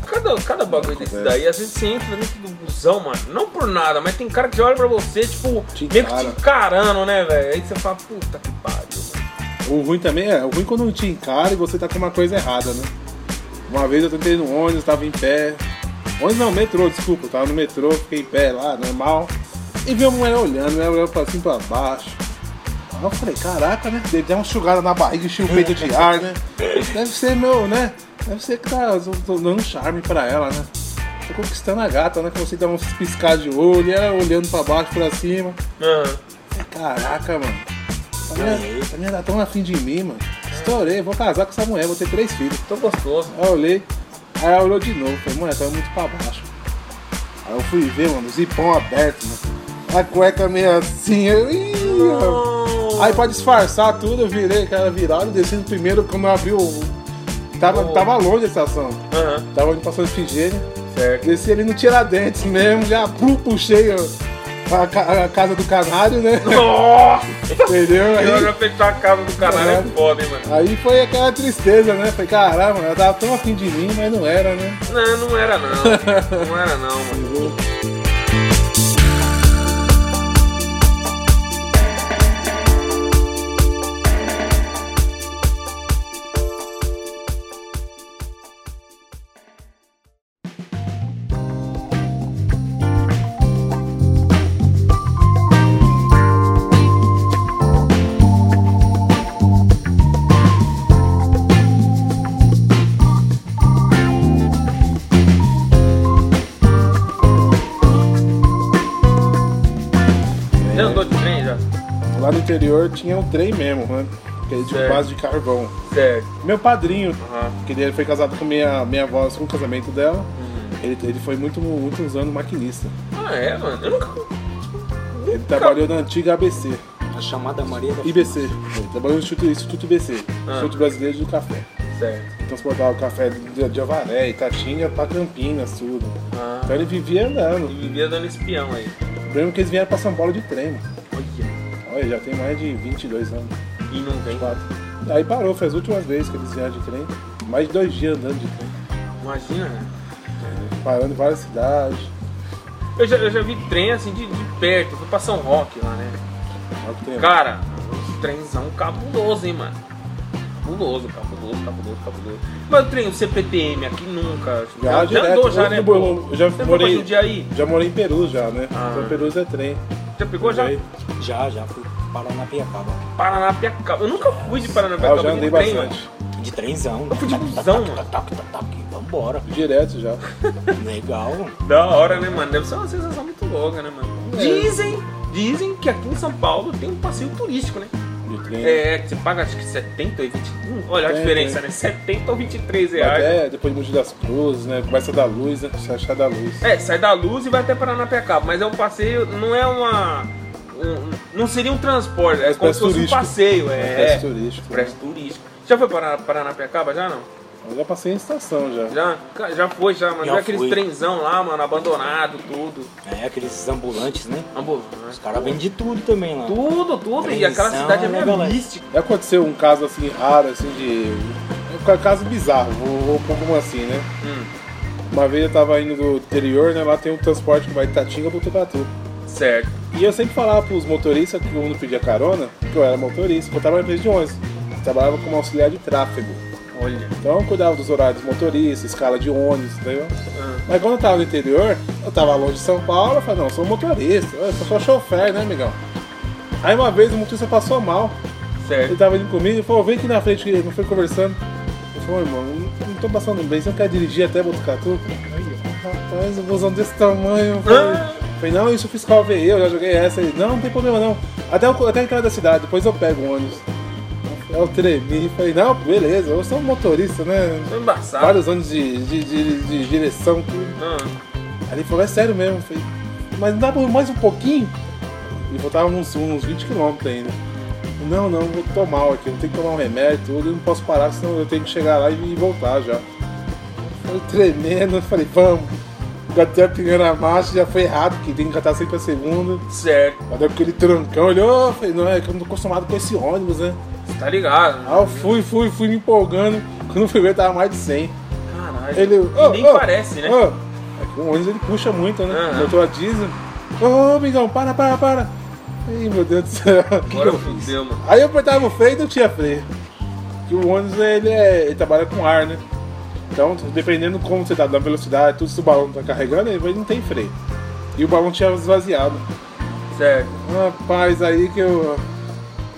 Cada, cada bagulho desse daí, às vezes você entra dentro do busão, mano. Não por nada, mas tem cara que olha pra você, tipo, Te meio que te encara. encarando, né, velho? Aí você fala, puta que pariu, mano. O ruim também é, o ruim quando não te encara e você tá com uma coisa errada, né? Uma vez eu tentei no ônibus, tava em pé. Ônibus não, metrô, desculpa, eu tava no metrô, fiquei em pé lá, normal. E vi uma mulher olhando, né? Olhando pra cima e pra baixo. Aí eu falei, caraca, né? Deve dar uma enxugada na barriga, enchi o peito de ar, né? Deve ser meu, né? Deve ser que tá tô- tô dando um charme pra ela, né? Tô conquistando a gata, né? Consegui dar uns piscadas de olho, e ela olhando pra baixo, pra cima. Aham. Caraca, mano. Essa mulher- Essa menina tá tão afim de mim, mano. Estourei, vou casar com essa mulher, vou ter três filhos. Tô gostoso. Aí eu olhei, aí ela olhou de novo, falei, mano, tá muito pra baixo. Aí eu fui ver, mano, o zipão aberto, mano. A cueca meio assim, eu. Ih, mano. Aí pra disfarçar tudo, eu virei, cara, virado, desci no primeiro, quando eu abri o. Tava, Oh. tava longe a estação. Aham. Tava indo passando Figênio. Certo. Desci ali no Tiradentes mesmo, já pum, puxei ó, a, ca- a casa do canário, né? Nossa! Entendeu? Aí- Eu já fechar a casa do caralho é Caralho. foda, hein, mano. Aí foi aquela tristeza, né? Falei, caralho, mano, ela tava tão afim de mim, mas não era, né? Não, não era não. Não era não, mano. Já andou de trem já? Lá no interior tinha um trem mesmo, né? Que era de Certo. base de carvão. Certo. Meu padrinho, Aham. que ele foi casado com minha, minha avó, com o casamento dela, Uhum. ele, ele foi muito, muitos anos maquinista. Ah, é, mano. Eu nunca. Ele trabalhou na antiga ABC, A chamada Maria da IBC. Ele trabalhou no Instituto, Instituto IBC, Ah. Instituto Brasileiro do Café. Certo. Transportava o café de, de Avaré, Itatinga pra Campinas, tudo. Ah. Então ele vivia E andando. vivia dando espião aí. O problema é que eles vieram pra São Paulo de trem, mano. Olha. Olha, já tem mais de 22 anos, E não vem. 24. Aí parou, foi as últimas vezes que eles vieram de trem. Mais de dois dias andando de trem. Imagina, né? Parando em várias cidades. Eu já, eu já vi trem assim de, de perto. Eu fui pra São Roque lá, né? Olha o que tem. Cara, um trenzão cabuloso, hein, mano. Cabuloso, cabuloso, cabuloso, cabuloso. Mas o trem, o CPTM aqui nunca. Já, direto. andou já, Eu né? não- pô? eu já Você morei- foi pra aí? Já morei em Peru já, né? Ah. Então Perus é trem. Já pegou já? Aí, Já, já fui parar na Piacaba. Paranapiacaba. Eu nunca fui de ah, eu Paranapiacaba já de andei trem, né? bastante. De trenzão. Eu fui de busão, Tac, mano. tac, tac, tac, Vambora. Direto já. Legal. mano. Da hora, né, mano? Deve ser uma sensação muito louca, né, É. mano? Dizem, dizem que aqui em São Paulo tem um passeio turístico, né? De trem. É, que você paga acho que 70 e 21. Olha a Tem, diferença, tem. né? 70 ou 23 reais. Até depois de Mogi das Cruzes, né? Começa da luz, né? Se achar da luz. É, sai da luz e vai até Paranapiacaba, mas é um passeio, não é uma. um- não seria um transporte, é Mas como parece se fosse turístico. um passeio, É. é. Preço turístico. Preço turístico. Já foi para Paranapiacaba já não? Eu já passei em estação já. Já? Ca- Já foi, já, mano. Já Já aqueles fui. trenzão lá, mano, abandonado, tudo. É, aqueles ambulantes, né? Os Ambulância. caras vendem de tudo também lá. Tudo, tudo. E aquela Trenzão, cidade é né, meio galera? mística. Já aconteceu um caso assim raro, assim de. Um caso bizarro, vou, vou pôr como assim, né? Uma vez eu tava indo do interior, né? Lá tem um transporte que vai de Tatinga pro Tucatu. Certo. E eu sempre falava pros motoristas que o mundo pedia carona, que eu era motorista, que eu trabalhava em empresa de ônibus. Eu trabalhava como auxiliar de tráfego. Olha. Então eu cuidava dos horários dos motoristas, escala de ônibus, entendeu? Mas quando eu tava no interior, eu tava longe de São Paulo, eu falei, não, eu sou motorista, eu sou só chofer, né, amigão? Aí uma vez o motorista passou mal, ele Certo. tava indo comigo e falou, vem aqui na frente, que não foi conversando. Eu falei, irmão, não, não tô passando bem, você não quer dirigir até Botucatu? Aí eu, rapaz, um busão desse tamanho. Eu falei, Ah! falei, não, isso o fiscal vê eu, já joguei essa. Ele, não, não tem problema não. Até, o- até a entrada da cidade, depois eu pego o ônibus. Eu tremi, falei, não, beleza, eu sou um motorista, né? Tô embaçado. Vários anos de, de, de, de direção, tudo. Ah, Aí ele falou, é sério mesmo, eu falei, mas não dá pra mais um pouquinho? E voltava uns, uns 20 km ainda. Não, não, eu tô mal aqui, eu tenho que tomar um remédio e tudo, eu não posso parar, senão eu tenho que chegar lá e voltar já. Eu tremendo, eu falei, vamos. Até a primeira marcha já foi rápido, que tem que catar sempre a segunda. certo. Até porque ele trancão, olhou, eu falei, não, é que eu não tô acostumado com esse ônibus, né? Tá ligado? Aí eu fui, fui, fui me empolgando. Quando fui ver, tava mais de 100. Caralho. Ele. E nem "Ô, ô, parece, né? ô." É que o ônibus ele puxa muito, né? Aham. Motor a diesel. Ô, ô, amigão, para, para, para. Ih, meu Deus do céu. O que que Agora eu fiz? fudeu, mano. Aí eu apertava o freio e não tinha freio. Porque o ônibus ele, é- ele trabalha com ar, né? Então, dependendo como você tá, da velocidade, tudo se o balão tá carregando, ele não tem freio. E o balão tinha esvaziado. Certo. Rapaz, aí que eu.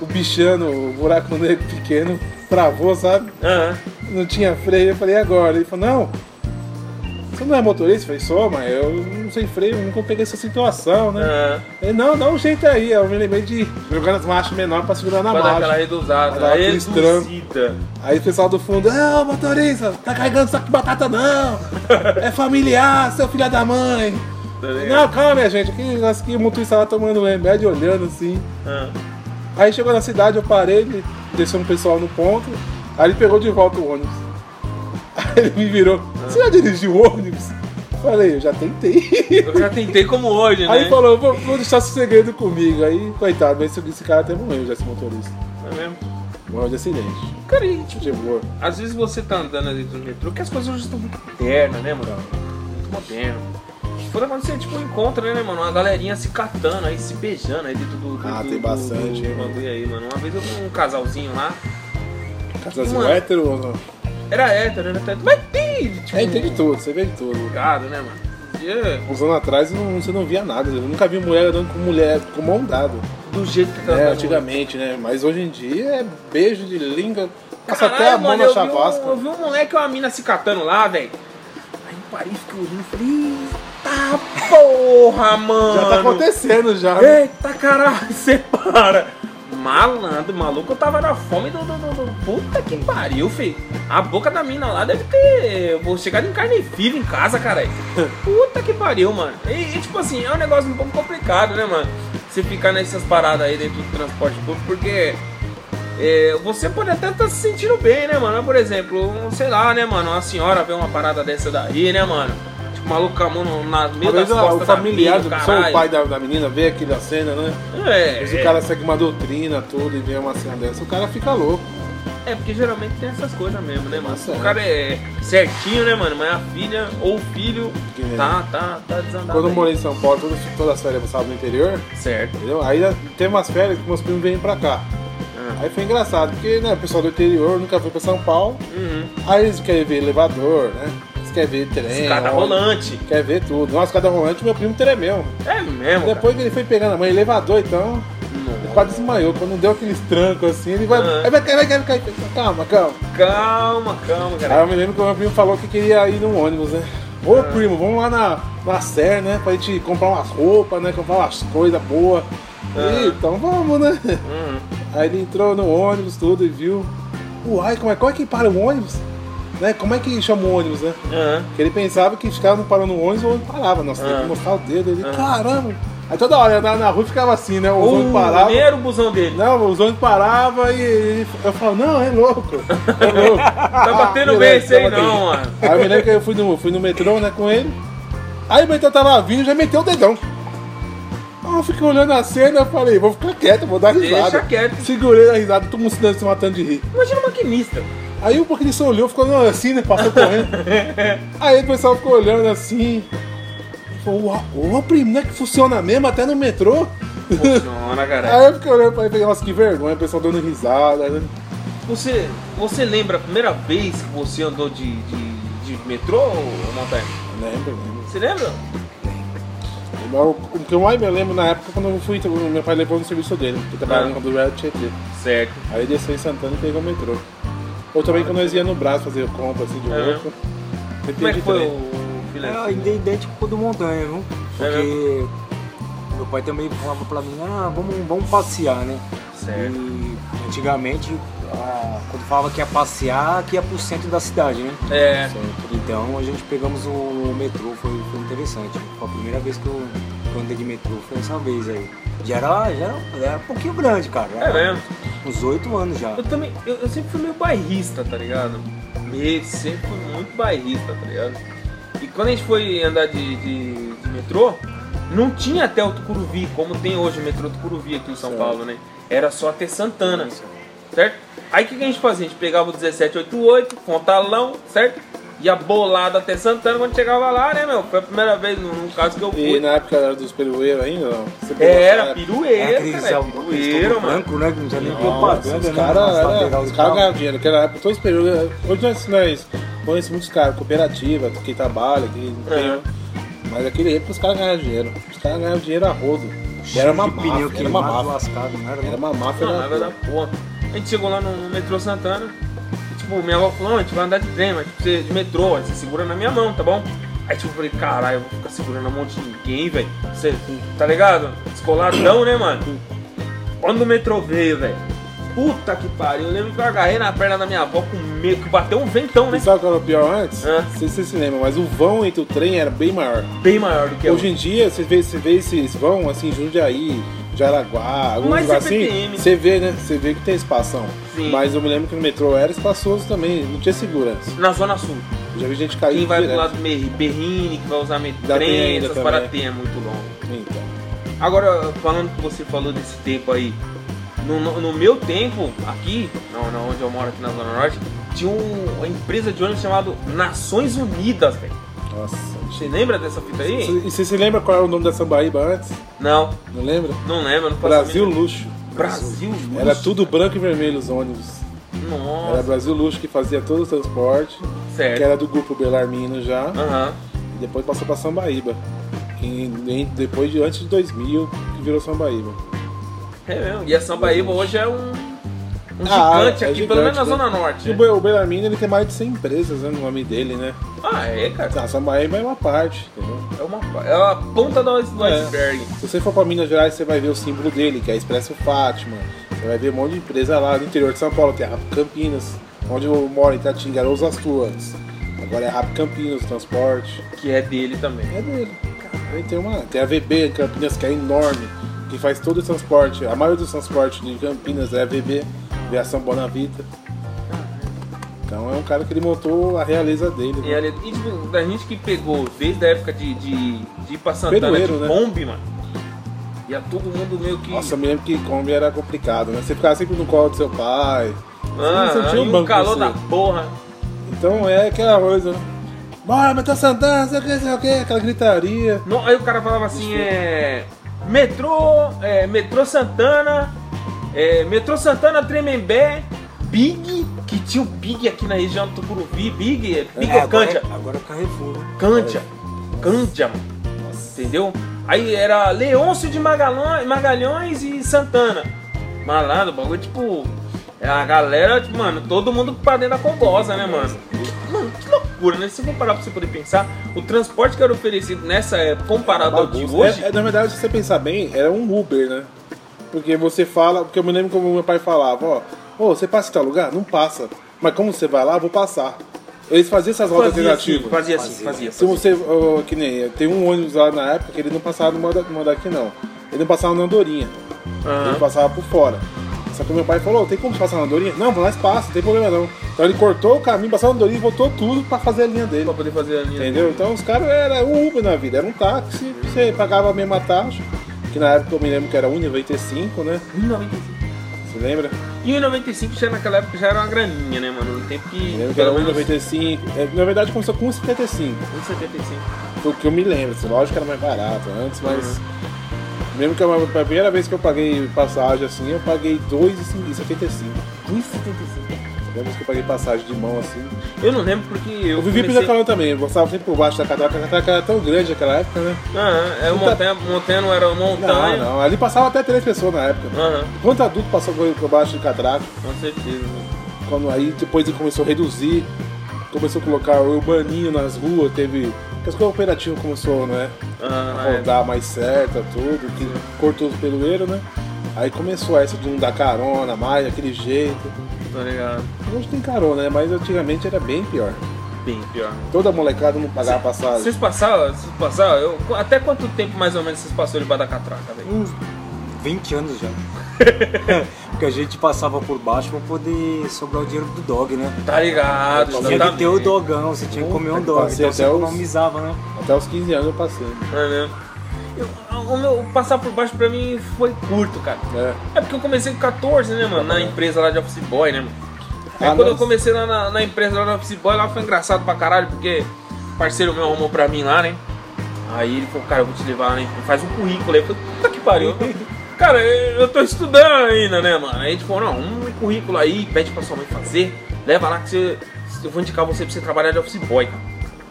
O bichano, o buraco negro pequeno, travou, sabe? Aham. não tinha freio, eu falei, e agora? Ele falou, não, você não é motorista? Eu falei, sou, mas eu não sei freio, nunca peguei essa situação, né? Aham. Ele, não, dá um jeito aí, eu me lembrei de jogar nas marchas menores pra segurar na Pra dar aquela marcha. Pra dar reduzada. aquele estranco. Reduzida. Aí o pessoal do fundo, não, motorista, tá carregando saco de batata não, é familiar, seu filho é da mãe. Tá ligado? Não, calma, minha gente, que, acho que o motorista lá tomando um remédio, olhando assim. Ah, Aí chegou na cidade, eu parei, ele deixou um pessoal no ponto, aí ele pegou de volta o ônibus. Aí ele me virou, Ah. você já dirigiu o ônibus? Falei, eu já tentei. Eu já tentei como hoje, né? Aí falou, vou, vou deixar esse segredo comigo. Aí, coitado, mas esse, esse cara até morreu já, esse motorista. É mesmo? Morreu de acidente. Cara, e, tipo, Chegou. às vezes você tá andando ali no metrô, que as coisas hoje estão muito modernas, né, mano? Muito moderno. Quando acontecer, tipo, um encontro, né, mano? Uma galerinha se catando aí, se beijando aí dentro do. do- Ah, do- tem do- bastante, do- hein, mano? bagulho aí, mano. Uma vez eu vi um casalzinho lá, Casalzinho Mano. hétero ou não? era hétero, era hétero. Mas tem, tipo, É, tem de tudo, você vê de tudo. ligado, né, mano? E, Uns anos atrás não- você não via nada, eu nunca vi mulher andando com mulher com mão dada. do jeito que tá É, andando. antigamente, né? Mas hoje em dia é beijo de língua, passa Caralho, até a mão mano, na eu vi um- chavasca. Eu vi um moleque e uma mina se catando lá, velho. Aí eu parei, fiquei olhando e falei, eita porra, mano. É. Já tá acontecendo já. né? Eita caralho, separa! Malandro, maluco, eu tava na fome do. do, do- do- Puta que pariu, filho. A boca da mina lá deve ter. eu Vou chegar em carne viva em casa, caralho. Puta que pariu, mano. E, e, tipo assim, é um negócio um pouco complicado, né, mano? Você ficar nessas paradas aí dentro do transporte público, porque. é, você pode até estar se sentindo bem, né, mano? Por exemplo, um, sei lá, né, mano? Uma senhora vê uma parada dessa daí, né, mano? Tipo, maluco com a mão no- na meio Às das vezes a- costas o da familiar mina, do caralho. só o pai da, da menina vê aquela cena, né? É, Mas é. o cara segue uma doutrina, tudo, e vê uma cena dessa, o cara fica louco. É, porque geralmente tem essas coisas mesmo, né, mano? Nossa, o é. cara é certinho, né, mano? Mas a filha ou o filho Que nem- tá, tá, tá desandado. Quando eu aí. morei em São Paulo, todas, todas as férias eu passava no interior, Certo. entendeu? Aí tem umas férias que meus primos vêm pra cá. Ah. Aí foi engraçado, porque né, o pessoal do interior nunca foi pra São Paulo, Uhum. aí eles querem ver elevador, né? Eles querem ver trem. Escada ônibus, rolante. Quer ver tudo. Nossa, cada rolante meu primo tremeu. É mesmo. cara. Depois que ele foi pegando a mãe, elevador então, ele quase desmaiou. Quando deu aqueles trancos assim, ele vai. Aham. Aí vai cair, vai cair, vai cair. Calma, calma. Calma, calma, Aí cara. eu me lembro que o meu primo falou que queria ir num ônibus, né? Ô primo, vamos lá na, na Ser, né? Pra gente comprar umas roupas, né? Comprar umas coisas boas. E, Então vamos, né? Aí ele entrou no ônibus, tudo, e viu. Uai, como é, como é que para o ônibus? Né? Como é que chama o ônibus, né? Aham. Porque ele pensava que os caras não parando no ônibus, o ônibus parava. né? Nossa, tem Ah. que mostrar o dedo. Ele, caramba. Aí toda hora eu andava na rua e ficava assim, né? Os O ônibus paravam. primeiro busão dele. Não, os ônibus paravam e ele- eu falava, não, é louco. É louco. Tá batendo bem esse aí não, mano. Aí eu me lembro que eu fui no, fui no metrô, né, com ele. Aí o metrô tava vindo e já meteu o dedão. Aí eu fiquei olhando a cena eu falei, vou ficar quieto, vou dar Deixa risada. quieto. Segurei a risada, todo mundo se dando, se matando de rir. Imagina o um maquinista. Aí o Boca de Sol olhou, ficou olhando assim, né? Passou correndo. Aí o pessoal ficou olhando assim. Falou, uau, uau, primo, não é que funciona mesmo até no metrô? Funciona, cara. Aí eu fiquei olhando pra ele e falei, nossa, que vergonha, o pessoal dando risada, né? Você, você lembra a primeira vez que você andou de, de, de metrô, ô Montanha? Lembro, lembro. Você lembra? Igual O que eu mais me lembro na época quando eu fui, meu pai levou no serviço dele, que trabalhava Ah. no Red Tietê. Certo. Aí desceu em Santana e pegou o metrô. Ou também quando nós ia no braço fazer compra assim de É. roupa. Eu Como é que perdi foi trem. o filé? Ah, É, ide- idêntico com o do Montanha, viu? É Porque meu pai também falava pra mim, ah, vamos, vamos passear, né? Certo. E antigamente, ah, quando falava que ia passear, que ia pro centro da cidade, né? É, Então a gente pegamos o metrô, foi, foi interessante. Foi a primeira vez que eu, que eu andei de metrô, foi essa vez aí. Já era, já era, era um pouquinho grande, cara. Já é era mesmo. Uns oito anos já. Eu também, eu, eu sempre fui meio bairrista, tá ligado? Me- sempre fui muito bairrista, tá ligado? E quando a gente foi andar de, de- de metrô, não tinha até o Tucuruvi, como tem hoje o metrô Tucuruvi aqui em São Paulo, né? Era só até Santana, certo? Aí o que, que a gente fazia? A gente pegava o 1788, Fontalão, certo? E a bolada até Santana, quando chegava lá, né, meu? Foi a primeira vez, no, no caso que eu E fui. na época era dos perueiros ainda, não? Você pegou É, Era essa época? Era pirueira, aqueles cara, algodões todo pirueira, mano. branco, né? Que não tinha nem Nossa, assim, propaganda, os né? caras Pra era- pegar os os caras carros. ganhavam dinheiro, que era todos os perueiros. Hoje nós, nós conhecemos muitos caras, cooperativa, quem trabalha, quem É. tem. Mas naquele época os caras ganhavam dinheiro. Os caras ganhavam dinheiro a rodo. E era uma de pneu máfia, era uma um queimado, máfia. lascado, não era? Era não? uma máfia. Não, da nada da porra. A gente chegou lá no, no metrô Santana, e, tipo, minha avó falou, "Não, a gente vai andar de trem, mas tipo, você de metrô, aí você segura na minha mão, tá bom? Aí tipo, eu falei, caralho, eu vou ficar segurando a mão de ninguém, velho. Você, tá ligado? Descoladão, né, mano? Quando o metrô veio, velho. Puta que pariu, eu lembro que eu agarrei na perna da minha avó com medo, que bateu um ventão, E né? sabe qual era o pior antes? Ah. Não sei se você se lembra, mas o vão entre o trem era bem maior. Bem maior do que Hoje em dia, você vê, você vê esses vão, assim, Jundiaí, Jaraguá, algum Mais lugar assim, CPTM. você vê, né? Você vê que tem espação. Sim. Mas eu me lembro que no metrô era espaçoso também, não tinha segurança. Na Zona Sul. Eu Já vi gente cair Quem vai pro direto. lado do Mer- Berrini, que vai usar metrô, Da Penha trem, ainda essas também. paradas tem, é muito longo. Então, Agora, falando que você falou desse tempo aí, no, no- no meu tempo, aqui, na, na onde eu moro aqui na Zona Norte, tinha um- uma empresa de ônibus chamada Nações Unidas, velho. nossa. Você lembra dessa fita aí? E você se lembra qual era o nome da Sambaíba antes? Não, Não lembra? não lembro, não faço Brasil a mínima- Luxo. Brasil Luxo. Era tudo branco e vermelho os ônibus. Era Nossa, Brasil Luxo que fazia todo o transporte, que certo. era do grupo Belarmino já. Aham. E depois passou pra Sambaíba. E em- depois de antes de 2000 que virou Sambaíba. É mesmo. E a Sambaíba hoje é um, um Ah, gigante é aqui, pelo menos na gigante, né? Zona Norte. E o né? Be- o Belarmino ele tem mais de 100 empresas né, no nome dele, né? Ah, é, cara. A Sambaíba é uma parte, entendeu? É uma, é uma ponta do do É. iceberg. Se você for pra Minas Gerais, você vai ver o símbolo dele, que é a Expresso Fátima. Você vai ver um monte de empresa lá no interior de São Paulo, tem a Rap Campinas, onde eu moro, em Tatinga, era os Astuas. Agora é a Rap Campinas, o transporte. Que é dele também. É dele. Aí tem, uma, tem a VB em Campinas, que é enorme, que faz todo o transporte. A maioria dos transportes de Campinas é a VB, Viação Bonavita. Então é um cara que ele montou a realeza dele. E, né? ali- e, tipo, da gente que pegou desde a época de, de, de ir pra Santana Perueiro, de né? Kombi, mano. E a todo mundo meio que. Nossa, eu me lembro que Kombi era complicado, né? Você ficava sempre no colo do seu pai. ah, Você não sentia e um o banco calor você. da porra. Então é aquela coisa, né? Bora, Metal Santana, sei o que, sei o que, aquela gritaria. No- aí o cara falava assim, é. Metrô. é, metrô Santana. é, metrô Santana Tremembé. Big, que tinha o Big aqui na região do Tucuruvi, Big, é Big É, ou Cândia? Agora, agora é Carrefour. né? Cândia. Cândia, mano. Entendeu? Aí era Leôncio de Magalhães, Magalhães e Santana. Malandro, o bagulho, tipo. é A galera, tipo, mano, todo mundo pra dentro da congosa, né, mano? Que- Mano, que loucura, né? Se for parar pra você poder pensar, o transporte que era oferecido nessa época comparado ao de Bagunça. hoje. É- é, na verdade, se você pensar bem, era um Uber, né? Porque você fala, porque eu me lembro como meu pai falava, ó, ô, você passa em tal lugar? Não passa. Mas como você vai lá, eu vou passar. Eles faziam essas rotas fazia, assim, alternativas. fazia assim, fazia. Se você, ó, que nem, tem um ônibus lá na época que ele não passava numa, da- numa daqui não. Ele não passava na Andorinha. Ah. Ele passava por fora. Só que meu pai falou, tem como passar na Andorinha? Não, mas passa, não tem problema não. Então ele cortou o caminho, passou na Andorinha e voltou tudo pra fazer a linha dele. Pra poder fazer a linha. Entendeu? Então os caras eram um Uber na vida, era um táxi, você pagava a um mesma taxa, que na época eu me lembro que era 1,95, né? Não, não, não. Você lembra? E em 95 já naquela época já era uma graninha, né, mano? No tempo que. Eu lembro que era pelo menos 1,95. É, Na verdade começou com 1,75. 1,75. Foi o que eu me lembro. assim, Lógico que era mais barato antes, mas. Mesmo que eu, a primeira vez que eu paguei passagem assim, eu paguei 2,75. 1,75. Lembro que eu paguei passagem de mão assim. Eu não lembro porque eu. Eu vivi comecei... pela calão também, eu gostava sempre por baixo da catraca. A catraca era tão grande naquela época, né? Ah, é o montanha, montanha não era o Não, montanha. não. Ali passava até três pessoas na época. Aham, Quanto adulto passou por por baixo de catraca? com certeza. Quando aí depois ele começou a reduzir, começou a colocar o urbaninho nas ruas, teve. que as cooperativas começou, né? Ah, é. Rodar mais certa, tudo, que cortou os pelueiros, né? Aí começou essa de um dar carona mais, daquele jeito. Tá ligado? Hoje tem carona, né? Mas antigamente era bem pior. Bem pior. Toda molecada não pagava passagem. Vocês passavam, vocês passavam, eu, até quanto tempo mais ou menos vocês passaram debaixo da catraca, velho? Uns 20 anos já. Porque a gente passava por baixo pra poder sobrar o dinheiro do dog, né? Tá ligado, Tinha que exatamente. ter o dogão, você tinha que comer um Puta que dog, passei então você até os- economizava, né? Até os 15 anos eu passei. É mesmo. Eu- o meu passar por baixo pra mim foi curto, cara. É. É porque eu comecei com 14, né, mano? Na empresa lá de Office Boy, né, mano? Aí Tá Ah, quando eu nossa. comecei lá na, na empresa lá no Office Boy, lá foi engraçado pra caralho, porque parceiro meu arrumou pra mim lá, né? Aí ele falou, cara, eu vou te levar, né? Faz um currículo aí. Eu falei, puta que pariu. cara, eu eu tô estudando ainda, né, mano? Aí ele falou, não, um currículo aí, pede pra sua mãe fazer, leva lá que você. Eu vou indicar você pra você trabalhar de Office Boy, cara.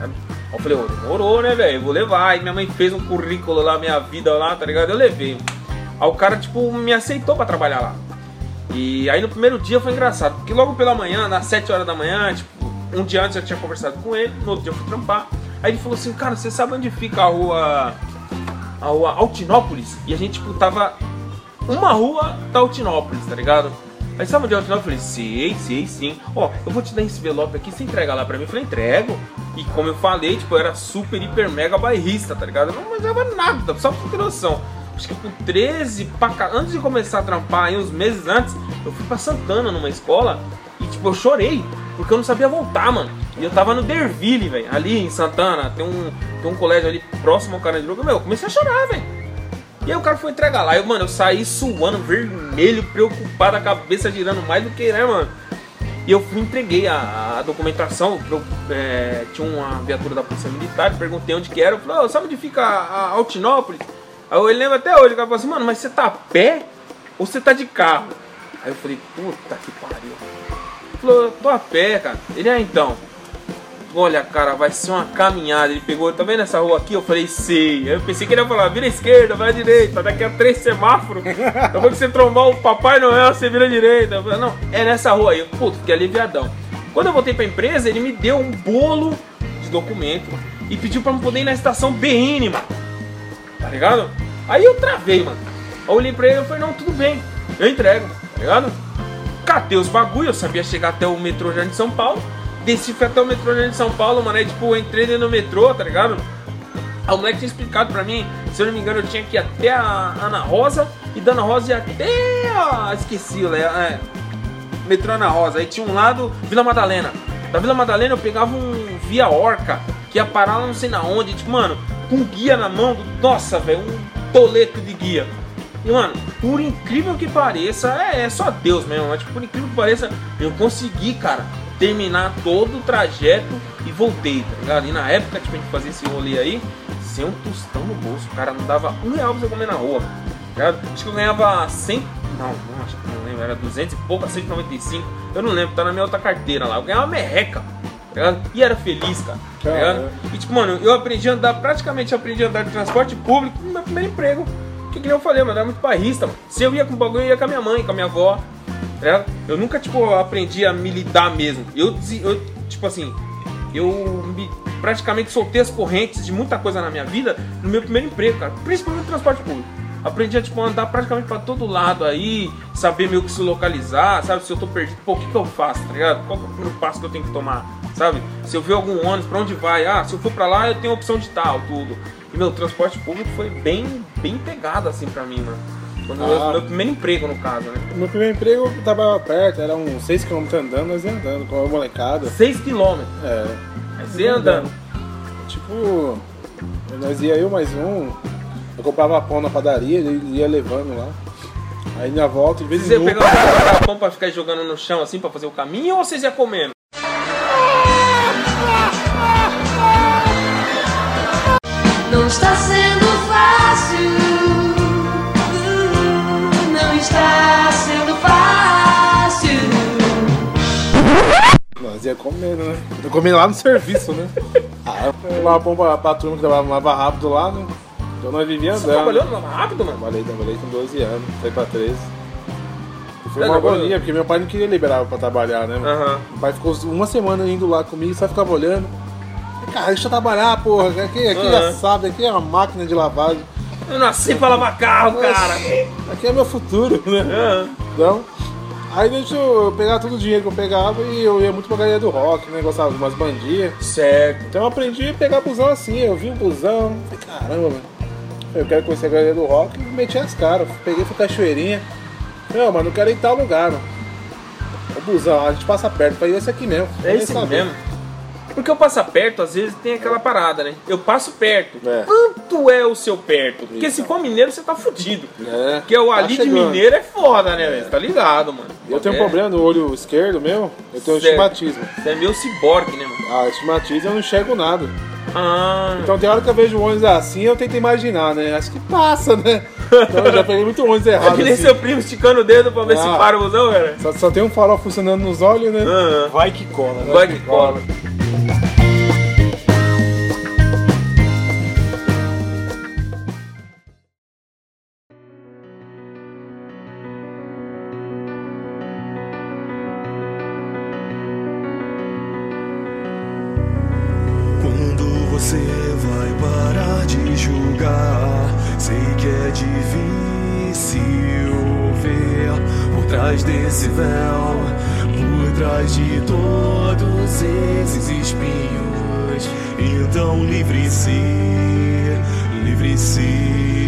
Aí eu falei, ô, demorou, né, velho? Eu Vou levar. Aí minha mãe fez um currículo lá, minha vida lá, tá ligado? Eu levei. Aí o cara, tipo, me aceitou pra trabalhar lá. E aí no primeiro dia foi engraçado, porque logo pela manhã, nas 7 horas da manhã, tipo, um dia antes eu tinha conversado com ele, no outro dia eu fui trampar. Aí ele falou assim, cara, você sabe onde fica a rua. a rua Altinópolis? E a gente, tipo, tava uma rua da Altinópolis, tá ligado? Aí sabe onde é Altinópolis? Sei, sei, sim. Ó, eu vou te dar esse envelope aqui, você entrega lá pra mim? Eu falei, entrego. E como eu falei, tipo, eu era super, hiper, mega bairrista, tá ligado? Eu não manjava nada, tá? só pra ter noção. Acho que com 13, pra ca- antes de começar a trampar, aí uns meses antes, eu fui pra Santana numa escola e, tipo, eu chorei, porque eu não sabia voltar, mano. E eu tava no Derville, velho, ali em Santana, tem um, tem um colégio ali próximo ao Carandiru, meu, eu comecei a chorar, velho. E aí o cara foi entregar lá. Eu, mano, eu saí suando, vermelho, preocupado, a cabeça girando mais do que, né, mano? E eu fui, entreguei a, a documentação. Eu, é, tinha uma viatura da Polícia Militar, perguntei onde que era. Eu falei, "Ô, sabe onde fica a, a Altinópolis? Aí eu lembro até hoje, o cara falou assim, mano, mas você tá a pé ou você tá de carro? Aí eu falei, puta que pariu. Ele falou, tô a pé, cara. Ele, ah, então. Olha, cara, vai ser uma caminhada. Ele pegou, tá vendo essa rua aqui? Eu falei, sei. Aí eu pensei que ele ia falar, vira à esquerda, vai à direita. Daqui a três semáforos, depois que você trombar o Papai Noel, você vira à direita. Eu falei, não, é nessa rua aí. Eu, Puto, fiquei aliviadão. Quando eu voltei pra empresa, ele me deu um bolo de documento e pediu pra eu poder ir na estação BN, mano. Tá ligado? Aí eu travei, mano. Aí eu olhei pra ele e falei, não, tudo bem. Eu entrego, tá ligado? catei os bagulho, eu sabia chegar até o metrô já de São Paulo. Desci fui até o metrô já de São Paulo, mano. Aí, tipo, eu entrei dentro do metrô, tá ligado? Aí o moleque tinha explicado pra mim, se eu não me engano, eu tinha que ir até a Ana Rosa e da Ana Rosa ia até a. Esqueci, né? É, metrô Ana Rosa. Aí tinha um lado Vila Madalena. Da Vila Madalena eu pegava um Via Orca, que ia parar lá não sei na onde. Tipo, mano, com guia na mão, do- nossa, velho, um toleto de guia. E, mano, por incrível que pareça, é, é só Deus mesmo, mas tipo, por incrível que pareça, eu consegui, cara, terminar todo o trajeto e voltei, tá ligado? E na época, tipo, a gente fazia esse rolê aí, sem um tostão no bolso, cara, não dava um real pra você comer na rua, tá ligado? Acho que eu ganhava 100, não, não, acho que não lembro, era 200 e pouco, 195, eu não lembro, tá na minha outra carteira lá, eu ganhava merreca, tá ligado? E era feliz, cara, tá ligado? E tipo, mano, eu aprendi a andar, praticamente aprendi a andar de transporte público no meu primeiro emprego, que que nem eu falei, mano, eu era muito barrista, mano. Se eu ia com o bagulho, eu ia com a minha mãe, com a minha avó, tá ligado? Eu nunca, tipo, aprendi a me lidar mesmo. Eu, desi- eu tipo assim, eu me- praticamente soltei as correntes de muita coisa na minha vida no meu primeiro emprego, cara. Principalmente no transporte público. Aprendi a, tipo, andar praticamente pra todo lado aí, saber meio que se localizar, sabe? Se eu tô perdido, pô, o que que eu faço, tá ligado? Qual que é o primeiro passo que eu tenho que tomar, sabe? Se eu ver algum ônibus, pra onde vai? Ah, se eu for pra lá, eu tenho a opção de tal, tudo. E meu transporte público foi bem, bem pegado, assim, pra mim, mano. Quando eu, Ah. meu primeiro emprego, no caso, né? No meu primeiro emprego eu tava perto, era uns 6km andando, mas ia andando com a molecada. 6 quilômetros. É, Aí você andando. tipo, nós ia eu mais um, eu comprava pão na padaria, ele ia levando lá. Aí na volta, de vez Vocês iam em pegar quando. um garrafão pra ficar jogando no chão assim pra fazer o caminho ou vocês iam comendo? Não está sendo fácil. Uh, Não está sendo fácil. Nós ia comendo, né? Eu comendo lá no serviço, né? Ah, eu lá bom pra, pra turma que trabalhava no Lava Rápido lá, né? Então nós vivíamos Você andando. trabalhou no Lava Rápido, mano? Trabalhei, trabalhei com 12 anos, foi pra 13. E Foi Você uma trabalhou? agonia, porque meu pai não queria liberar eu pra trabalhar, né? mano? Aham. Meu pai ficou uma semana indo lá comigo, só ficava olhando. Cara, deixa eu trabalhar, porra. Aqui, aqui Aham. é sábado, aqui é uma máquina de lavagem. Eu nasci pra lavar carro, cara. Aqui é meu futuro, né? Aham. Então, aí deixa eu pegar todo o dinheiro que eu pegava e eu ia muito pra galeria do rock, né? Gostava de umas bandinhas. Certo. Então eu aprendi a pegar busão assim, eu vi um busão, falei, caramba, velho. Eu quero conhecer a galeria do rock e meti as caras. Peguei fui cachoeirinha. Não, mas não quero ir em tal lugar, mano. O busão, a gente passa perto, falei, esse aqui mesmo. É esse mesmo. Porque eu passo perto, às vezes tem aquela parada, né? Eu passo perto. É. Quanto é o seu perto? Porque se for mineiro, você tá fudido. É. Porque o Tá ali de chegando. mineiro é foda, né, velho? Tá ligado, mano. Eu tenho um É. problema no olho esquerdo meu, eu tenho Certo. estigmatismo. Você é meio ciborgue, né, mano? Ah, estigmatismo eu não enxergo nada. Ah, Então tem hora que eu vejo o ônibus assim, eu tento imaginar, né? Acho que passa, né? Então eu já peguei muito ônibus é errado. que nem assim. seu primo esticando o dedo pra ver se Ah. para o busão, cara. Só, só tem um farol funcionando nos olhos, né? Aham. Vai que cola, né? Vai que cola. Quando você vai parar de julgar? Sei que é difícil ver por trás desse véu, por trás de todos esses espinhos. Então livre-se, livre-se.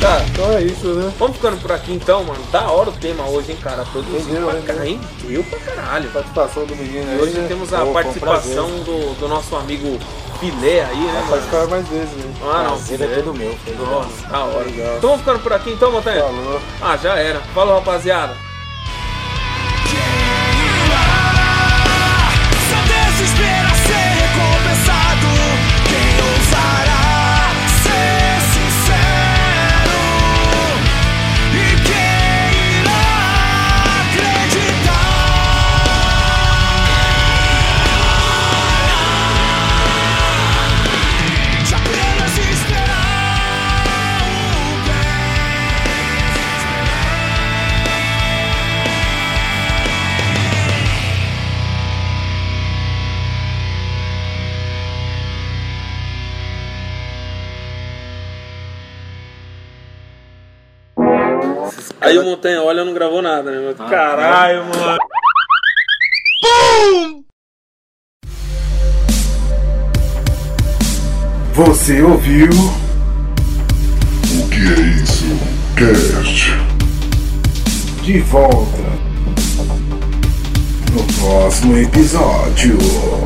Tá, Então é isso, né? vamos ficando por aqui então, mano. Da hora o tema hoje, hein, cara. Produzido Entendeu, pra né? caralho. hein? Doeu pra caralho. Participação do menino aí. E hoje né? temos a Pô, foi um participação prazer. do, do nosso amigo Filé aí, né, Faz mano? ficar mais vezes, né? Ah, não. Prazer é todo meu. filho. Nossa, da hora. Então vamos ficando por aqui então, Montanha? Falou. Ah, já era. Falou, rapaziada. Só Deus espera ser recompensado. Quem ousará ser sincero? E quem irá acreditar? De apenas esperar o bem. Aí o Montanha olha não gravou nada, né? Mas, caralho, mano. Você ouviu? O que é isso? Cast. De volta. No próximo episódio.